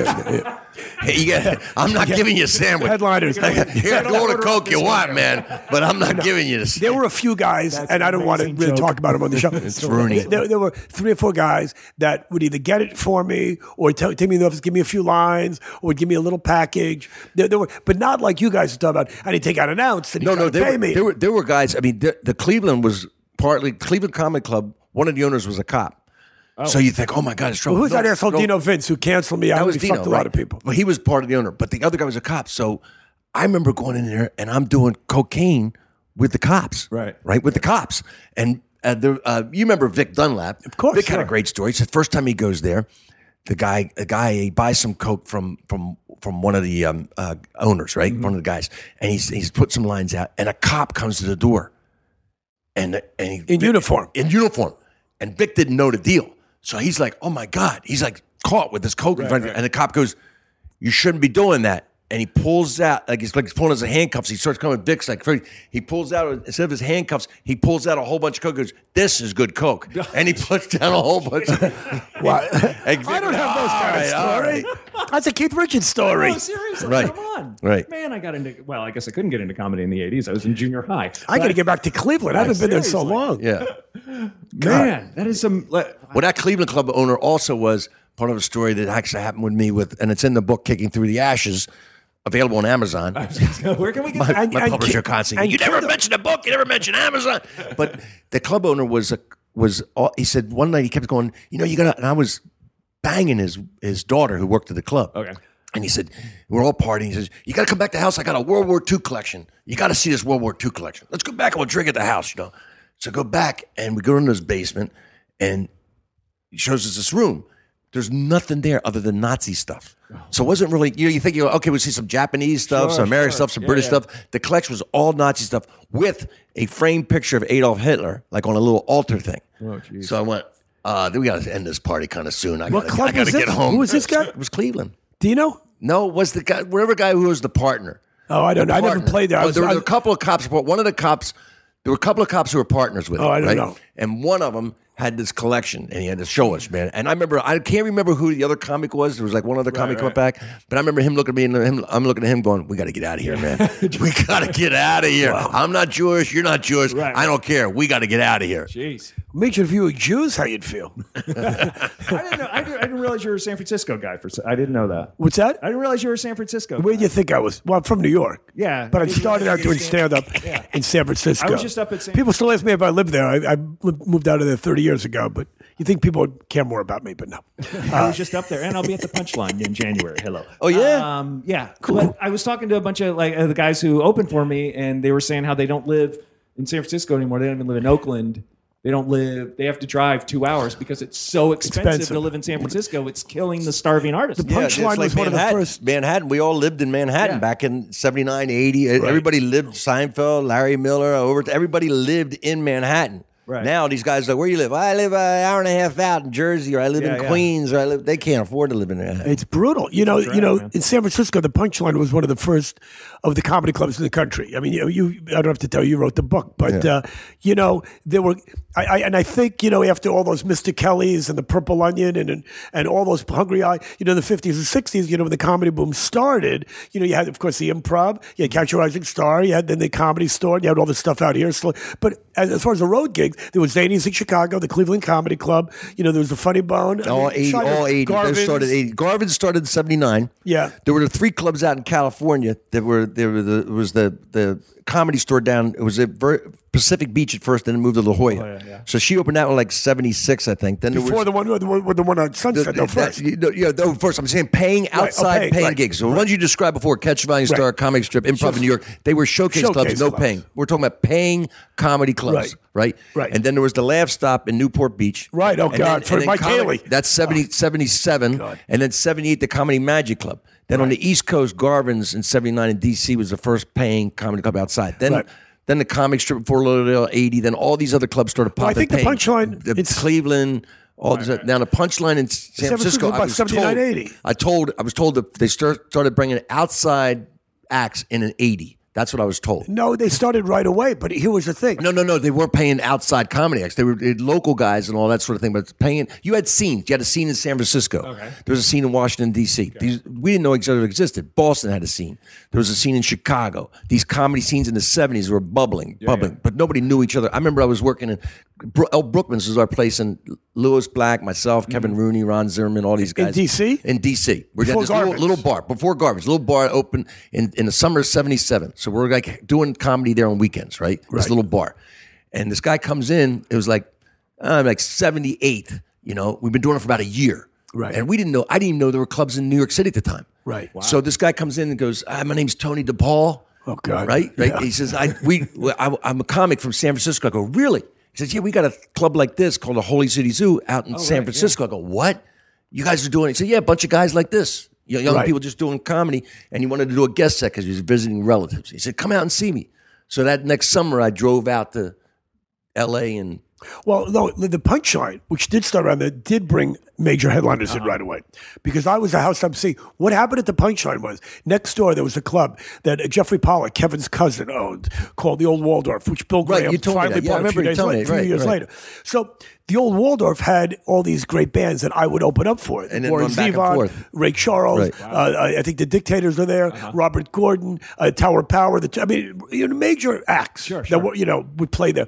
S1: Hey, you got, I'm not giving you a sandwich. *laughs*
S6: Headliners.
S1: you got all the coke you want, man, but I'm not giving you this.
S6: There were a few guys, and I don't want to
S5: amazing
S6: really
S5: joke.
S6: talk about them on
S1: *laughs*
S6: the show.
S1: Rooney.
S6: There, there were three or four guys that would either get it for me or tell, take me to the office, give me a few lines, or would give me a little package. There, there were, but not like you guys are talking about. I need to take out an ounce and
S1: No, no,
S6: pay
S1: there,
S6: me.
S1: were- there were there were guys. I mean, the, the Cleveland was partly Cleveland Comedy Club. One of the owners was a cop, so you think, oh my god, it's trouble.
S6: Who's
S1: No,
S6: that asshole
S1: no,
S6: Dino Vince who canceled me? I
S1: That was
S6: really
S1: Dino.
S6: fucked a
S1: right?
S6: lot of people.
S1: but he was part of the owner. But the other guy was a cop. So I remember going in there and I'm doing cocaine with the cops,
S5: Right.
S1: Right with the cops. And uh, the, uh, you remember Vic Dunlap? Of
S6: course,
S1: Vic had a
S6: sure.
S1: great story. It's the first time he goes there. The guy, a guy, he buys some coke from from from one of the um, uh, owners, right? One of the guys, and he's he's put some lines out, and a cop comes to the door, and and he, *laughs*
S6: In uniform.
S1: in uniform. And Vic didn't know the deal. So he's like, oh my God. He's like caught with this coke in front of him. And the cop goes, you shouldn't be doing that. And he pulls out, like he's like he's pulling his handcuffs. He starts coming, Vic's like, freak- he pulls out, instead of his handcuffs, he pulls out a whole bunch of coke. Goes, this is good
S6: *laughs*
S1: coke. And he puts down a whole bunch of
S6: Why? *laughs*
S1: I don't
S6: I don't have those kind of story. That's a Keith Richards story.
S1: *laughs*
S5: Oh, seriously?
S1: Right.
S5: Come on.
S1: Right.
S5: Man, I got into, well, I guess I couldn't get into comedy in the 80s. I was in junior high.
S6: I got to get back to Cleveland. I haven't been there so
S5: Seriously.
S6: long.
S1: Yeah.
S5: Man, that is some, *laughs* le-
S1: Well, that Cleveland Club owner also was part of a story that actually happened with me with, and it's in the book, Kicking Through the Ashes, available on Amazon.
S5: where can we get
S1: my,
S5: that?
S6: And-
S1: my
S6: and
S1: publisher
S6: Ki-
S1: constantly.
S6: and
S1: You never
S6: Kindle-
S1: mentioned a book. You never mentioned Amazon. But the club owner was a, was all, he said one night he kept going. You know, you got. to And I was banging his his daughter who worked at the club.
S5: Okay.
S1: And he said, "We're all partying." He says, "You got to come back to the house. I got a World War II collection. You got to see this World War II collection. Let's go back and we'll drink at the house." You know. So go back and we go into his basement, and he shows us this room. There's nothing there other than Nazi stuff. So it wasn't really, you know, you think, you go, okay, we see some Japanese stuff, some American stuff, some British stuff. The collection was all Nazi stuff with a framed picture of Adolf Hitler, like on a little altar thing.
S6: Oh,
S1: so I went, uh, we got to end this party kind of soon. I
S6: What
S1: gotta,
S6: club
S1: I gotta
S6: was
S1: get
S6: this?
S1: home.
S6: Who was this guy?
S1: It was Cleveland.
S6: Dino?
S1: No, it was the guy, whatever guy who was the partner.
S6: Oh, I don't know. I never
S1: Partner.
S6: played there. I
S1: Oh,
S6: was-
S1: there were
S6: I-
S1: a couple of cops. But one of the cops, there were a couple of cops who were partners with.
S6: Oh,
S1: him,
S6: I don't
S1: right?
S6: know.
S1: And one of them had this collection, and he had to show us, man. And I remember, I can't remember who the other comic was. There was like one other comic coming back, but I remember him looking at me, and him, I'm looking at him, going, "We got to get out of here,
S6: *laughs*
S1: man. we got to get out of here. I'm not Jewish. You're not Jewish.
S5: Right.
S1: I don't care. We got to get out of here."
S5: Jeez.
S6: Make sure if you were Jews, how you'd feel.
S5: I didn't know. I didn't, I didn't realize you were a San Francisco guy. For s- I didn't know that.
S6: What's that?
S5: I *laughs* didn't realize you were a San Francisco.
S6: Where
S5: guy.
S6: do you think I was? Well, I'm from New York.
S5: Yeah.
S6: But I
S5: Maybe
S6: started
S5: you-
S6: out doing stand up
S5: *laughs*
S6: in San Francisco.
S5: I was just up at San-
S6: People still ask me if I lived there. I, I lived- moved out of there 30 years ago, but you think people would care more about me, but no.
S5: *laughs* I was just up there, and I'll be at the punchline in January. Hello.
S1: Oh, yeah?
S5: Um, yeah. Cool. I was talking to a bunch of like uh, the guys who opened for me, and they were saying how they don't live in San Francisco anymore. They don't even live in Oakland. They don't live. They have to drive two hours because it's so expensive,
S6: Expensive.
S5: to live in San Francisco. It's killing the starving artist.
S6: Yeah. Punchline
S1: just like
S6: was one of the
S1: Manhattan.
S6: first-
S1: Manhattan. We all lived in Manhattan
S5: Yeah.
S1: back in 79, 80. Everybody lived Seinfeld, Larry Miller, over. Everybody lived in Manhattan.
S5: Right.
S1: Now these guys are like, where you live? I live an hour and a half out in Jersey, or I live
S5: Yeah,
S1: in
S5: yeah.
S1: Queens, or I live. They can't afford to live in Manhattan.
S6: It's brutal. You know, you
S5: right,
S6: know,
S5: man.
S6: in San Francisco, the punchline was one of the first of the comedy clubs in the country. I mean, you, you I don't have to tell you, you wrote the book, but
S1: Yeah.
S6: uh, you know, there were, I, I, and I think you know, after all those Mr. Kellys and the Purple Onion and and, and all those Hungry Eye, you know, the fifties and sixties, you know, when the comedy boom started, you know, you had of course the improv, you had Catch a Rising Star, you had then the Comedy Store, and you had all this stuff out here. So, but as, as far as the road gigs, there was Zanies in Chicago, the Cleveland Comedy Club, you know, there was the Funny Bone, I
S1: All
S6: mean,
S1: eighty,
S6: Shiner's,
S1: all eighty. Those
S6: Garvin's.
S1: started eighty. Garvin started in seventy nine.
S6: Yeah.
S1: there were the three clubs out in California that were there. Were the, it was the the comedy store down. It was at Ver, Pacific Beach at first, then it moved to La Jolla. So she opened that one like seventy six, I think. Then there was,
S6: Before the one, the one, the one on Sunset,
S1: the-
S6: though,
S1: that-
S6: first.
S1: you know, yeah, though, first, I'm saying paying outside
S6: paying,
S1: paying
S6: right,
S1: gigs. The ones you described before, Catch Vine Star,
S6: Right.
S1: Comic Strip, Improv in New York, they were showcase,
S6: Showcase
S1: clubs, no
S6: clubs.
S1: paying. We're talking about paying comedy clubs, right?
S6: Right.
S1: And then there was the Laugh Stop in Newport Beach.
S6: Right, oh,
S1: And
S6: God, for Mike
S1: comic-
S6: Haley.
S1: That's 70, 77. And then 78, the Comedy Magic Club. Then on the East Coast, Garvin's in 79 in D.C. was the first paying comedy club outside. Then.
S6: Right.
S1: Then the comic strip before Lauderdale eighty. Then all these other clubs started popping.
S6: I think the
S1: paying.
S6: punchline-
S1: The
S6: it's-
S1: Cleveland, all this, now the punchline in San
S6: San
S1: Francisco.
S6: Francisco
S1: I
S6: about
S1: was
S6: 79,
S1: told,
S6: 80.
S1: I told I was told that they start, started bringing outside acts in an eighty. That's what I was told.
S6: No, they started right away. But here was the thing.
S1: No, no, no. They weren't paying outside comedy acts. They were they had local guys and all that sort of thing. But paying, you had scenes. You had a scene in San Francisco. Okay. There was a scene in Washington D.C. These we didn't know each other existed. Boston had a scene. There was a scene in Chicago. These comedy scenes in the seventies were bubbling, bubbling. But nobody knew each other. I remember I was working in Bro- El Brookman's was our place in Lewis Black, myself, Kevin Rooney, Ron Zimmerman, all these guys
S6: DC?
S1: Mm-hmm. in DC. We're at
S6: Before
S1: this little,
S6: Garbage.
S1: little bar before garbage, little bar open in, in the summer of '77. So we're like doing comedy there on weekends, right? This little bar, and this guy comes in. It was like I'm like 78th. You know, we've been doing it for about a year,
S6: Right.
S1: And we didn't know. I didn't even know there were clubs in New York City at the time,
S6: Right. Wow.
S1: So this guy comes in and goes, ah, "My name's Tony DePaul."
S6: Oh, God.
S1: Right, right.
S6: Yeah.
S1: He
S6: *laughs*
S1: says, "I we I, I'm a comic from San Francisco." I go, "Really?" He says, "Yeah, we got a club like this called the Holy City Zoo out
S6: Oh,
S1: in San Francisco." I go, "What? You guys are doing?" it?" He said, "Yeah, a bunch of guys like this, young, young
S6: Right.
S1: people just doing comedy." And he wanted to do a guest set because he was visiting relatives. He said, "Come out and see me." So that next summer, I drove out to L.A. and
S6: Well, no, the the punchline, which did start around there, did bring major headliners
S1: Uh-huh.
S6: in right away. Because I was a house MC. What happened at the punchline was next door there was a club that Jeffrey Pollock, Kevin's cousin, owned called the Old Waldorf, which Bill
S1: Right,
S6: Graham
S1: you told me
S6: finally
S1: that. Yeah, I
S6: bought a
S1: remember
S6: few,
S1: you
S6: days
S1: telling
S6: later,
S1: me.
S6: few
S1: Right,
S6: years
S1: right.
S6: later. So the Old Waldorf had all these great bands that I would open up for.
S1: And then
S6: Warren
S1: run back and
S6: Zevon,
S1: forth.
S6: Ray Charles,
S1: Right.
S6: uh, I I think the Dictators were there, Robert Gordon, uh, Tower Power. The I mean, you know, major acts that were, you know would play there,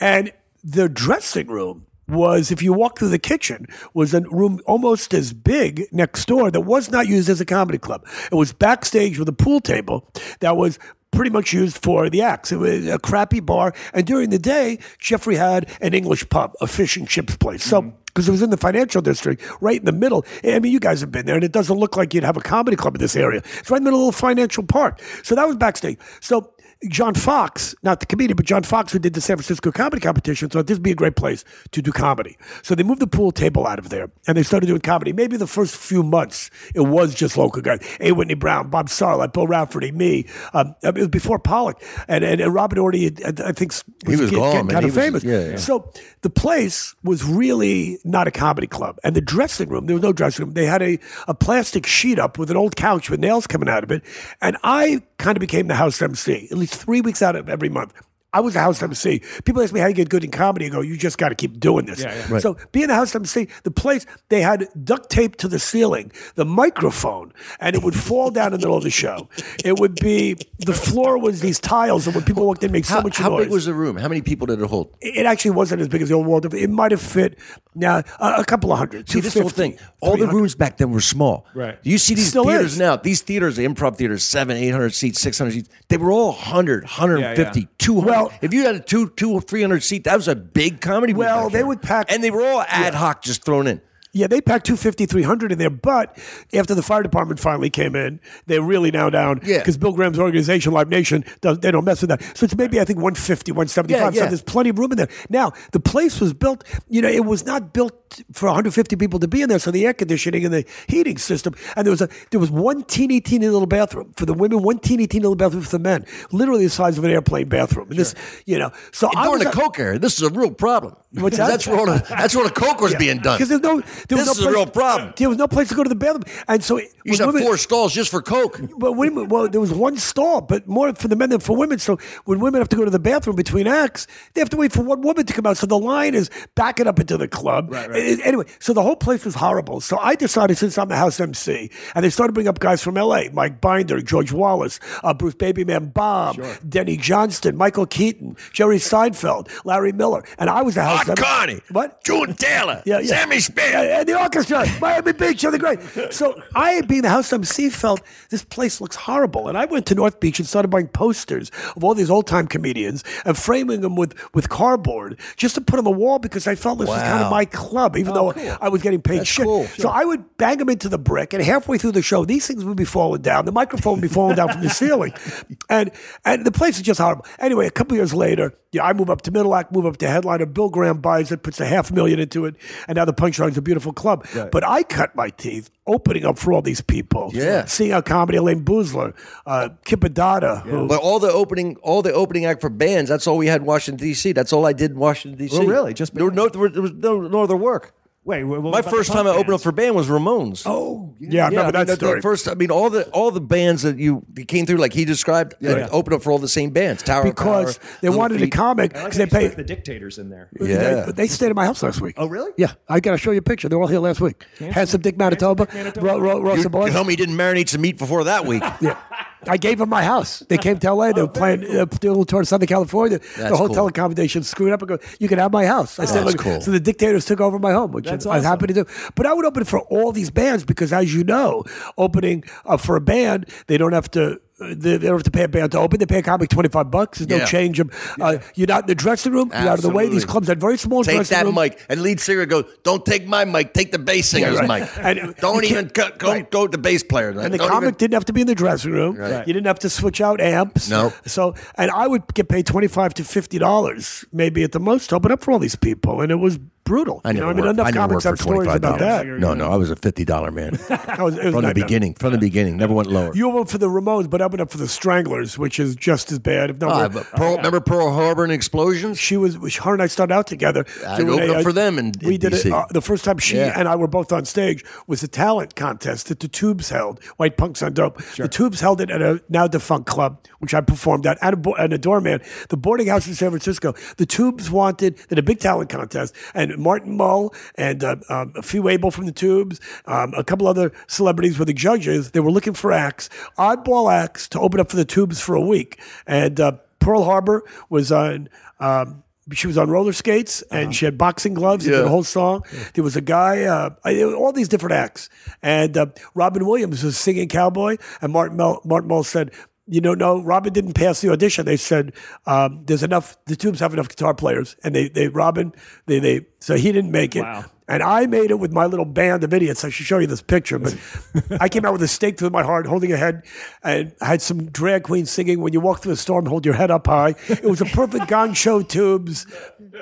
S6: and the dressing room was if you walk through the kitchen was a room almost as big next door that was not used as a comedy club. It was backstage with a pool table that was pretty much used for the acts. It was a crappy bar. And during the day, Jeffrey had an English pub, a fish and chips place. So, because it was in the financial district, right in the middle. I mean, you guys have been there, and it doesn't look like you'd have a comedy club in this area. It's right in the middle of the financial park. So that was backstage. So John Fox, not the comedian, but John Fox, who did the San Francisco comedy competition, thought this would be a great place to do comedy. So they moved the pool table out of there and they started doing comedy. Maybe the first few months, it was just local guys. A. Whitney Brown, Bob Sarlat, Bill Rafferty, me. Um, I mean, it was before Pollock. And, and, and Robert Orty, had- I think,
S1: He was
S6: get-
S1: gone,
S6: getting
S1: man.
S6: kind
S1: He
S6: of
S1: was-
S6: famous.
S1: yeah, yeah.
S6: So the place was really not a comedy club. And the dressing room, there was no dressing room. They had a, a plastic sheet up with an old couch with nails coming out of it. And I kind of became the house MC, at least three weeks out of every month. I was a house MC. People ask me how you get good in comedy. I go, you just got to keep doing this. So being the house MC, the place, they had duct tape to the ceiling, the microphone, and it would fall down in the middle of the show. It would be, the floor was these tiles, and when people walked in, it made so
S1: how,
S6: much
S1: how
S6: noise
S1: big was the room? How many people did it hold?
S6: it actually wasn't as big as the old Waldorf. It might have fit now a, a couple of hundred.
S1: See, this whole
S6: 250,
S1: thing. All the
S6: 300.
S1: rooms back then were small.
S5: Right.
S1: You see these
S6: Still
S1: theaters
S6: is.
S1: now, these theaters, the improv theaters, seven, 800 seats, 600 seats, they were all 100, 150,
S5: Yeah, yeah.
S1: 200.
S6: Well-
S1: if you had a two, two or 300 seat, that was a big comedy. room
S6: Well,
S1: back
S6: they
S1: then.
S6: would pack-
S1: And they were all ad hoc just thrown in.
S6: Yeah, they packed 250, 300 in there. But after the fire department finally came in, they're really now down.
S1: Yeah.
S6: Because Bill Graham's organization, Live Nation, does, they don't mess with that. So it's maybe, I think, 150, 175.
S1: Yeah, yeah.
S6: So there's plenty of room in there. Now, the place was built, you know, it was not built for 150 people to be in there. So the air conditioning and the heating system. And there was a there was one teeny, teeny little bathroom for the women, one teeny, teeny little bathroom for the men. Literally the size of an airplane bathroom. And this, you know, so I
S1: During
S6: was
S1: the
S6: a-
S1: Coke era, this is a real problem.
S6: What's
S1: 'Cause
S6: that?
S1: That's where, all the, that's where the Coke was being done.
S6: Because there's no, there
S1: This
S6: was no
S1: is a
S6: place-
S1: real problem.
S6: There was no place to go to the bathroom, and so it-
S1: you should
S6: when
S1: have
S6: women-
S1: four stalls just for Coke.
S6: But women, well, there was one stall, but more for the men than for women. So when women have to go to the bathroom between acts, they have to wait for one woman to come out. So the line is backing up into the club. Right, right. Anyway, so the whole place was horrible. So I decided since I'm the house MC, and they started bringing up guys from LA, Mike Binder, George Wallace, uh, Bruce Babyman Bomb, Denny Johnston, Michael Keaton, Jerry Seinfeld, Larry Miller, and I was the house
S1: Hot
S6: MC.
S1: Connie.
S6: What?
S1: June Taylor.
S6: Yeah, yeah.
S1: Sammy Spear.
S6: and the orchestra, Miami Beach, are the great. So I, being the house MC, felt this place looks horrible, and I went to North Beach and started buying posters of all these old time comedians and framing them with with cardboard just to put on the wall because I felt this was kind
S1: Wow. Oh,
S6: of my club, even though I was getting paid shit.
S1: cool.
S6: So I would bang them into the brick, and halfway through the show, these things would be falling down. The microphone would be falling down
S1: *laughs*
S6: from the ceiling, and and the place is just horrible. Anyway, a couple years later, yeah, I move up to middle act, move up to headliner. Bill Graham buys it, puts a half million into it, and now the punchline's a beautiful club. But I cut my teeth opening up for all these people.
S1: Yeah.
S6: seeing out comedy, Elaine Boozler, uh, Kip Adada, who
S1: But all the opening, all the opening act for bands. That's all we had in Washington D.C. That's all I did in Washington D.C.
S5: Oh, really? Just
S1: there, were no, there, was, there was no, no other work.
S5: Wait, wait, what
S1: My
S5: about the
S1: first
S5: punk
S1: time I opened up
S5: bands?
S1: for a band was Ramones.
S5: Oh, yeah.
S6: Yeah, I remember
S1: I mean,
S6: that
S1: the- the
S6: story.
S1: first, I mean, all the all the bands that you that came through, like he described, uh,
S5: Yeah.
S1: opened up for all the same bands. Tower of
S6: because
S1: Power,
S6: they
S1: Little
S6: wanted a
S1: Feat.
S6: comic
S5: I like how
S6: because they
S5: you stuck
S6: paid.
S5: the dictators in there.
S1: Yeah.
S6: They, they stayed at my house last week.
S5: Oh, really?
S6: Yeah, I got to show you a picture. They were all here last week. Had some Dick Manitoba,
S5: Manitoba.
S6: ro- ro- roast
S1: You,
S6: some boys.
S1: your homie didn't marinate some meat before that week.
S6: *laughs* Yeah. I gave them my house. They came to LA. They were
S5: Oh,
S6: playing, uh, doing a little tour in Southern California. the
S1: That's
S6: hotel
S1: cool.
S6: accommodation screwed up and go, you can have my house. I said,
S1: That's
S6: look,
S1: cool.
S6: so the dictators took over my home, which
S5: That's
S6: I'm
S5: awesome.
S6: happy to do. But I would open for all these bands because, as you know, opening uh, for a band, they don't have to. uh, They they don't have to pay a band to open. They pay a comic twenty five bucks. There's no
S1: Yeah.
S6: change. Um, Uh, you're not in the dressing room. You're out of the way. These
S1: Absolutely.
S6: clubs had very small
S1: Take
S6: dressing
S1: that
S6: room.
S1: mic. And lead singer goes, Don't take my mic, take the bass singer's
S6: right.
S1: mic.
S6: *laughs* And-
S1: don't
S6: you
S1: even go, go, go with the bass player.
S6: And the comic didn't have to be in the dressing room.
S5: Right.
S6: You didn't have to switch out amps.
S1: No.
S6: So, and I would get paid twenty five to fifty dollars, maybe at the most, to open up for all these people, and it was brutal.
S1: I
S6: you
S1: never
S6: know, I mean,
S1: worked,
S6: enough
S1: I never
S6: comics
S1: worked
S6: have
S1: for
S6: stories
S1: $25.
S6: about that.
S1: No, no, I was a $50 man.
S6: *laughs* That was- it was
S1: From the
S6: nightmare.
S1: beginning, from the beginning, never went lower.
S6: You opened for the Ramones, but I opened up for the Stranglers, which is just as bad. If not,
S1: Ah,
S6: worse.
S1: but
S6: *laughs*
S1: Pearl, Remember Pearl Harbor and explosions?
S6: she was she- her and I started out together.
S1: I'd
S6: doing
S1: open up for them in-
S6: we
S1: in
S6: did
S1: DC.
S6: it uh, the first time she
S1: Yeah.
S6: and I were both on stage was a talent contest that the Tubes held. White Punks on Dope. The Tubes held it at a now defunct club, which I performed at, and a, bo- and a doorman. The boarding house in San Francisco. The Tubes wanted they had a big talent contest, and Martin Mull and uh, um, a few Abel from the Tubes, um, a couple other celebrities were the judges. They were looking for acts, oddball acts, to open up for the Tubes for a week, and. Uh, Pearl Harbor was on. Um, she was on roller skates and she had boxing gloves and did a whole song. There was a guy, uh, I- there were all these different acts, and uh, Robin Williams was singing "Cowboy," and Martin Mel, Martin Mull said, "You know, no, Robin didn't pass the audition." They said, um, "There's enough. The Tubes have enough guitar players," and they, they Robin, they, they, so he didn't make it.
S5: Wow.
S6: And I made it with my little band of idiots. I should show you this
S5: *laughs*
S6: picture, but I came out with a stake through my heart, holding a head, and I had some drag queens singing, When You Walk Through the Storm, Hold Your Head Up High. It was a
S5: *laughs*
S6: perfect gong show tubes,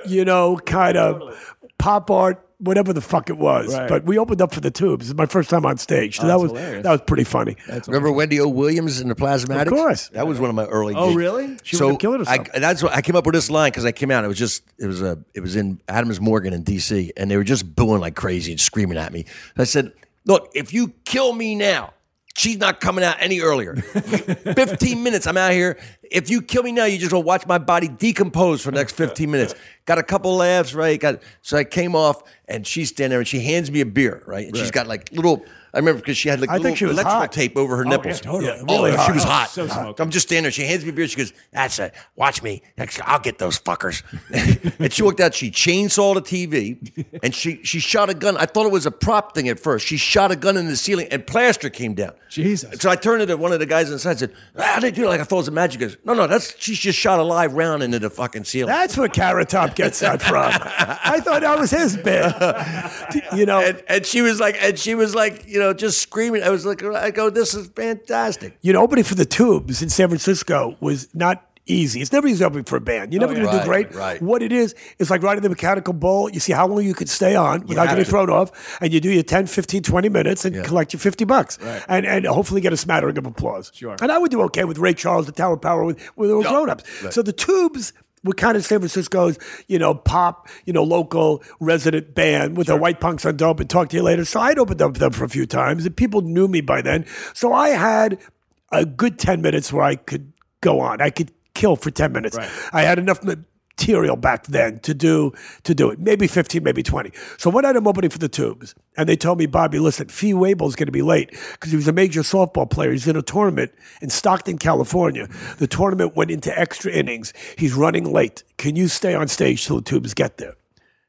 S6: you know, kind of pop art, whatever the fuck it was.
S5: Right. Oh,
S6: But we opened up for the tubes. It was my first time on stage. So that was
S5: hilarious.
S6: that was pretty funny.
S1: Remember Wendy O. Williams and the Plasmatics?
S6: Of course.
S1: That was one of my early.
S5: Oh,
S1: gigs.
S5: really?
S6: She
S1: so
S6: would've killed herself.
S1: I, that's what I came up with this line because I came out. It was just it was a it was in Adams Morgan in D.C. and they were just booing like crazy and screaming at me. I said, "Look, if you kill me now." She's not coming out any earlier. *laughs* 15 minutes, I'm out here. If you kill me now, you just will watch my body decompose for the next 15 minutes. Got a couple laughs, right? Got so I came off and she's standing there and she hands me a beer, right? And she's got like little I remember because she had like
S6: I think
S1: little
S6: she was
S1: electrical
S6: hot.
S1: tape over her nipples.
S5: yeah, totally.
S1: Oh,
S6: Really
S1: she
S6: hot.
S1: was hot.
S5: So smoky.
S1: I'm just standing there. She hands me a beer. She goes, "That's it. Watch me. Next, I'll get those fuckers." *laughs* and she walked out. She chainsawed a TV, and she she shot a gun. I thought it was a prop thing at first. She shot a gun in the ceiling, and plaster came down.
S5: Jesus.
S1: So I turned to one of the guys inside and said, "How did you do?" it?" Like I thought it was a magic. He Goes, "No, no. That's she just shot a live round into the fucking ceiling."
S6: That's where Carrot Top gets
S5: *laughs*
S6: that from. I thought that was his bit. You know,
S1: and, and she was like, and she was like, you know, just screaming. I was like, I go, this is fantastic.
S6: you know, opening for the Tubes in San Francisco was not easy. It's never easy opening for a band. You're never
S5: yeah.
S6: going to do
S1: Oh, Right,
S6: great.
S1: right.
S6: What it is, it's like riding the mechanical bull. You see how long you can stay on without
S1: have
S6: getting
S1: to.
S6: thrown off, and you do your 10, 15, 20 minutes and collect your 50 bucks. And, and hopefully get a smattering of applause. Sure. And I would do okay with Ray Charles, the Tower of Power, with, with all grown ups. So the Tubes. were kind of San Francisco's, you know, pop, you know, local resident band with the white punks on dope and talk to you later. So I'd opened up for them for a few times and people knew me by then. So I had a good 10 minutes where I could go on. I could kill for 10 minutes. I had enough material back then to do to do it. Maybe 15, maybe 20. So one night I'm opening for the tubes and they told me, Bobby, listen, Fee Wable's going to be late because he was a major softball player. He's in a tournament in Stockton, California. The tournament went into extra innings. He's running late. Can you stay on stage till the tubes get there?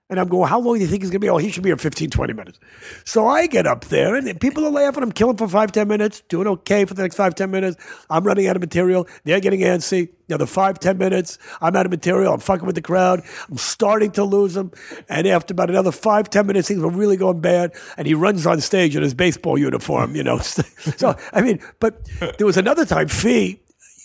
S6: And I'm going, how long do you think he's going to be? Oh, he should be here 15, 20 minutes. So I get up there and people are laughing. I'm killing for five, 10 minutes, doing okay for the next five, 10 minutes. I'm running out of material. They're getting antsy. Another five, 10 minutes, I'm out of material. I'm fucking with the crowd. I'm starting to lose them. And after about another five, 10 minutes, things were really going bad. And he runs on stage in his baseball uniform, you know. *laughs* so, I mean, but there was another time, Fee,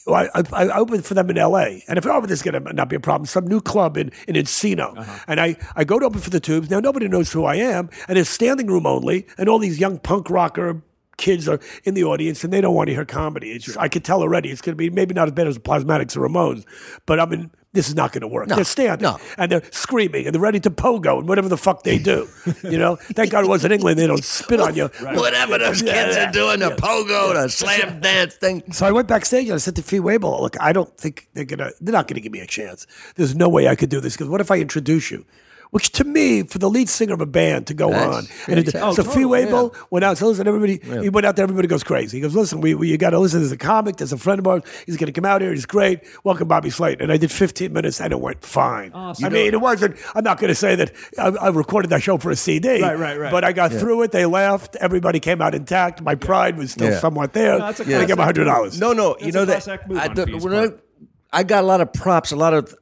S6: well, I, I, I opened for them in L.A. and I thought, oh, this is going to not be a problem. Some new club in, in Encino,
S1: Uh-huh.
S6: and I, I go to open for the Tubes. Now nobody knows who I am, and it's standing room only, and all these young punk rocker kids are in the audience and they don't want to hear comedy. It's, I could tell already. It's going to be maybe not as bad as the Plasmatics or Ramones, but I mean, this is not going to work. they're standing
S1: no.
S6: and they're screaming and they're ready to pogo and whatever the fuck
S1: *laughs*
S6: they do. you know, thank God it wasn't England. They don't spit on you.
S1: Whatever those
S6: Yeah,
S1: kids
S6: yeah,
S1: are doing, the pogo, the slam dance thing.
S6: So I went backstage and I said to Fee Weibel, look, I don't think they're gonna they're not gonna give me a chance. There's no way I could do this because what if I introduce you? Which to me, for the lead singer of a band to go
S1: That's
S6: on, and it,
S1: fantastic.
S6: so
S1: Oh,
S6: Fee
S1: totally,
S6: Weibel went out. So listen, everybody, he went out there. Everybody goes crazy. He goes, listen, we, we you got to listen. There's a comic. There's a friend of ours. He's gonna come out here. He's great. Welcome, Bobby Slate. And I did 15 minutes, and it went fine. I mean, it wasn't. I'm not gonna say that I, I recorded that show for a CD.
S5: Right, right, right.
S6: But I got through it. They laughed. Everybody came out intact. My pride was still
S1: Yeah.
S6: somewhat there.
S5: No, that's a
S6: And I gave him hundred dollars.
S1: No, no, you
S5: That's
S1: know
S5: a
S1: that.
S5: class act move
S1: I,
S5: on
S1: don't-
S5: Fee's
S1: when I,
S5: part.
S1: I got a lot of props, a lot of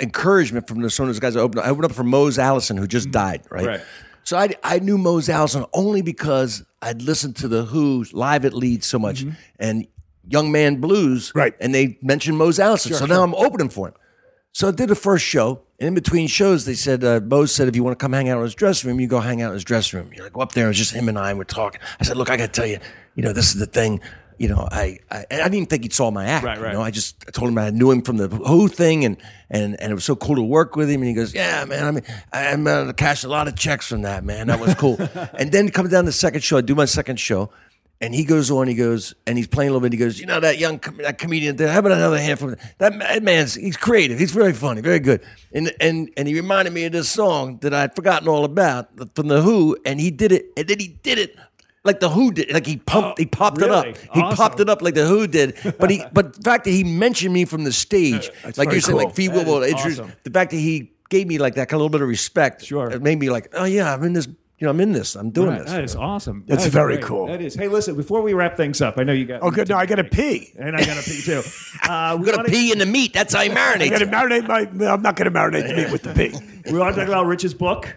S1: encouragement from the, some of those guys. I opened, I opened up for Mose Allison, who just died, right?
S5: Mm. Right.
S1: So I, I knew Mose Allison only because I'd listened to the Who live at Leeds so much
S5: Mm-hmm.
S1: and Young Man Blues,
S6: Right.
S1: And they mentioned Mose Allison, so now I'm opening for him. So I did the first show, and in between shows, they said uh, Bo said if you want to come hang out in his dressing room, you go hang out in his dressing room. You know, I go up there, it was just him and I, and we're talking. I said, look, I got to tell you, you know, this is the thing. You know, I I, and I didn't even think he saw my act.
S5: Right, right.
S1: You know, I just I told him I knew him from the Who thing, and and and it was so cool to work with him. And he goes, yeah, man, I mean, I, I'm uh, cashed a lot of checks from that, man. That was
S5: *laughs*
S1: cool. and then coming down the second show, I do my second show. And he goes on, he goes, and he's playing a little bit. He goes, you know that young com- that comedian. There, how about another handful? Of- that, ma- that man's he's creative. He's very funny, very good. And and and he reminded me of this song that I'd forgotten all about from the Who. And he did it, and then he did it like the Who did. Like he pumped,
S5: Oh,
S1: he popped
S5: really?
S1: it up. He popped
S5: Awesome.
S1: it up like the Who did. But he, but the fact that he mentioned me from the stage, like
S6: very
S1: you said,
S6: cool.
S1: like Fee
S5: That
S1: Will
S5: is
S1: introduce
S5: awesome.
S1: the fact that he gave me like that kind of little bit of respect.
S5: Sure.
S1: it made me like, oh yeah, I'm in this. You know, I'm in this. I'm doing
S5: Right,
S1: this.
S5: that is awesome.
S6: That's
S5: That is
S6: very
S5: great.
S6: cool.
S5: That is. Hey, listen, before we wrap things up, I know you got.
S6: Oh, good. No, I got to pee.
S5: And I got to pee
S1: *laughs*
S5: too. Uh, we
S1: I'm gonna
S5: wanna-
S1: pee in the meat. That's how I marinate.
S6: I got to marinate my. I'm not going to marinate the meat with the pee.
S5: We want to talk about Rich's book.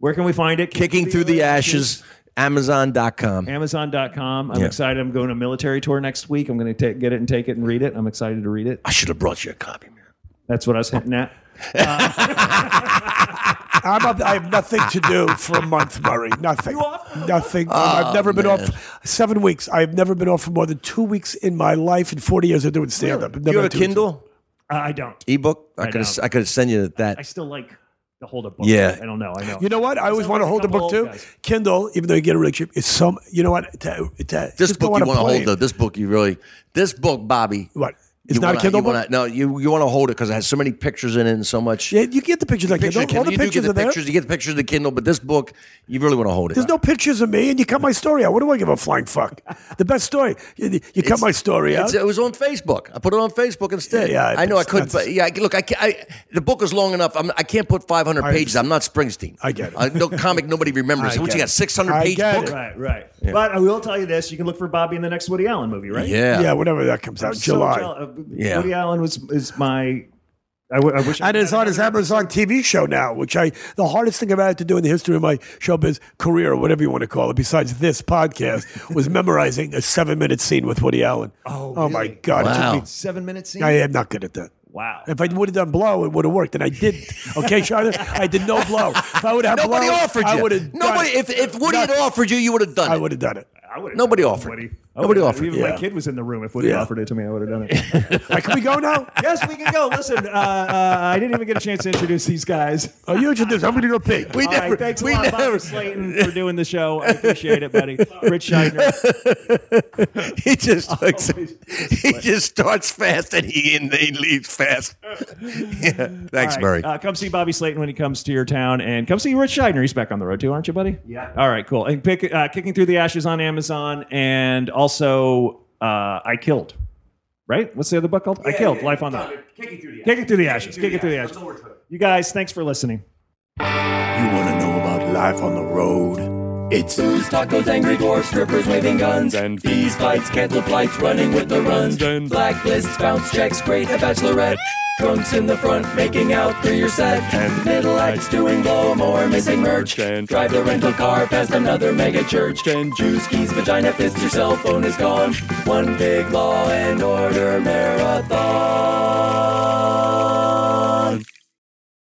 S5: Where can we find
S1: *laughs*
S5: it?
S1: Kicking Through the Ashes, Amazon.com.
S5: Amazon.com. I'm
S1: Yeah.
S5: excited. I'm going to a military tour next week. I'm going to take, get it and take it and read it. I'm excited to read it.
S1: I should have brought you a copy, man.
S5: That's what I was hinting at.
S6: I'm up, I have nothing to do for a month, Murray. Nothing. Nothing.
S1: Oh,
S6: I've never been off seven weeks. I've never been off for more than two weeks in my life. In 40 years of doing stand up,
S1: Do you have a Kindle
S5: Uh, I don't.
S1: ebook? I
S5: I
S1: could have
S5: don't.
S1: I could have sent you
S5: I
S1: that.
S5: still like to hold a book.
S1: Yeah.
S5: I don't know. I know.
S6: You know what? I always
S5: Sound
S6: want
S5: like
S6: to
S5: a
S6: hold a
S5: couple
S6: book too.
S5: old guys.
S6: Kindle, even though you get it really cheap, is some. You know what? To, to,
S1: This
S6: just go
S1: book
S6: on
S1: you
S6: a
S1: want to hold
S6: plane.
S1: though. This book you really. This book, Bobby.
S6: What? It's
S1: you
S6: not a
S1: wanna-
S6: Kindle
S1: you
S6: book?
S1: wanna- no, you you want to hold it because it has so many pictures in it and so much.
S6: Yeah, you get the pictures like
S1: Picture
S6: Kindle.
S1: of Kindle.
S6: All the
S1: You do get
S6: pictures
S1: the
S6: are there.
S1: pictures. You get the pictures of the Kindle, but this book, you really want to hold it.
S6: There's no pictures of me, and you cut my story out. What do I give a flying fuck? The best story. You, you cut my story out.
S1: It's- it was on Facebook. I put it on Facebook instead.
S6: Yeah,
S1: I know I
S6: it's-
S1: couldn't.
S6: that's-
S1: But yeah, I- look, I, can't, I the book is long enough. I'm, I can't put 500 pages. I'm not Springsteen.
S6: I get it.
S1: Uh, no comic nobody remembers.
S6: *laughs* I
S1: what
S6: get
S1: you got?
S6: it.
S1: 600
S6: I
S1: page
S6: get
S1: book.
S6: it.
S5: Right, right. But I will tell you this: you can look for Bobby in the next Woody Allen movie, right?
S1: Yeah.
S6: yeah, whenever that comes out,
S5: So
S6: July.
S5: jealous. Uh,
S1: Yeah.
S5: Woody Allen was is my. I, w- I wish. I
S6: and it's on his Amazon TV show now, which I the hardest thing I've had to do in the history of my showbiz career, or whatever you want to call it, besides this podcast,
S1: *laughs*
S6: was memorizing a seven minute scene with Woody Allen. Oh, my god!
S1: Wow.
S6: It took
S5: seven minute scene.
S6: me, I am not good at that.
S5: wow.
S6: If I would have done blow, it would have worked, and I did. Okay, Charlotte, I did no blow. If I would have
S1: Nobody
S6: blow,
S1: offered you.
S6: I would have
S1: Nobody.
S6: Done it.
S1: If, if Woody had offered you, you would have done
S6: I
S1: it.
S6: would have done it.
S5: I would've
S1: Nobody
S5: done it.
S1: offered.
S5: Woody. I
S1: Nobody
S5: would've-
S1: offered.
S5: Even
S6: Yeah.
S5: my kid was in the room. If Woody
S6: Yeah.
S5: offered it to me, I would have done
S1: *laughs*
S5: it.
S6: All right, can we go now?
S5: yes, we can go. Listen, uh, uh, I didn't even get a chance to introduce these guys.
S6: Oh, you introduce. I'm going to go pee.
S1: we
S5: All right,
S1: never.
S5: thanks a
S1: we
S5: lot,
S1: never.
S5: Bobby Slayton, for doing the show. I appreciate it,
S1: *laughs*
S5: buddy. Rich Scheidner.
S1: *laughs* He
S6: *laughs*
S1: just looks, he just starts fast and he and he leaves fast. *laughs* Yeah. Thanks,
S5: All
S1: Murray.
S5: right, Uh, come see Bobby Slayton when he comes to your town, and come see Rich Scheidner. He's back on the road too, aren't you, buddy? Yeah. All right, cool. And pick uh, "Kicking Through the Ashes" on Amazon, and also uh, "I Killed." Right? What's the other book called? I Killed. Life on the Kicking Through the Ashes. Kicking Through the Ashes. Kicking Through the Ashes. You guys, thanks for listening.
S6: You want to know about life on the road?
S2: It's booze, tacos, angry dwarfs, strippers waving guns, and fees, fights, cancel flights, running with the runs, and blacklists, bounce checks, great, a bachelorette. Drunks in the front, making out through your set, and middle acts doing blow more, missing merch, and drive the rental car past another mega church, and juice keys, vagina fist, your cell phone is gone. One big law and order marathon.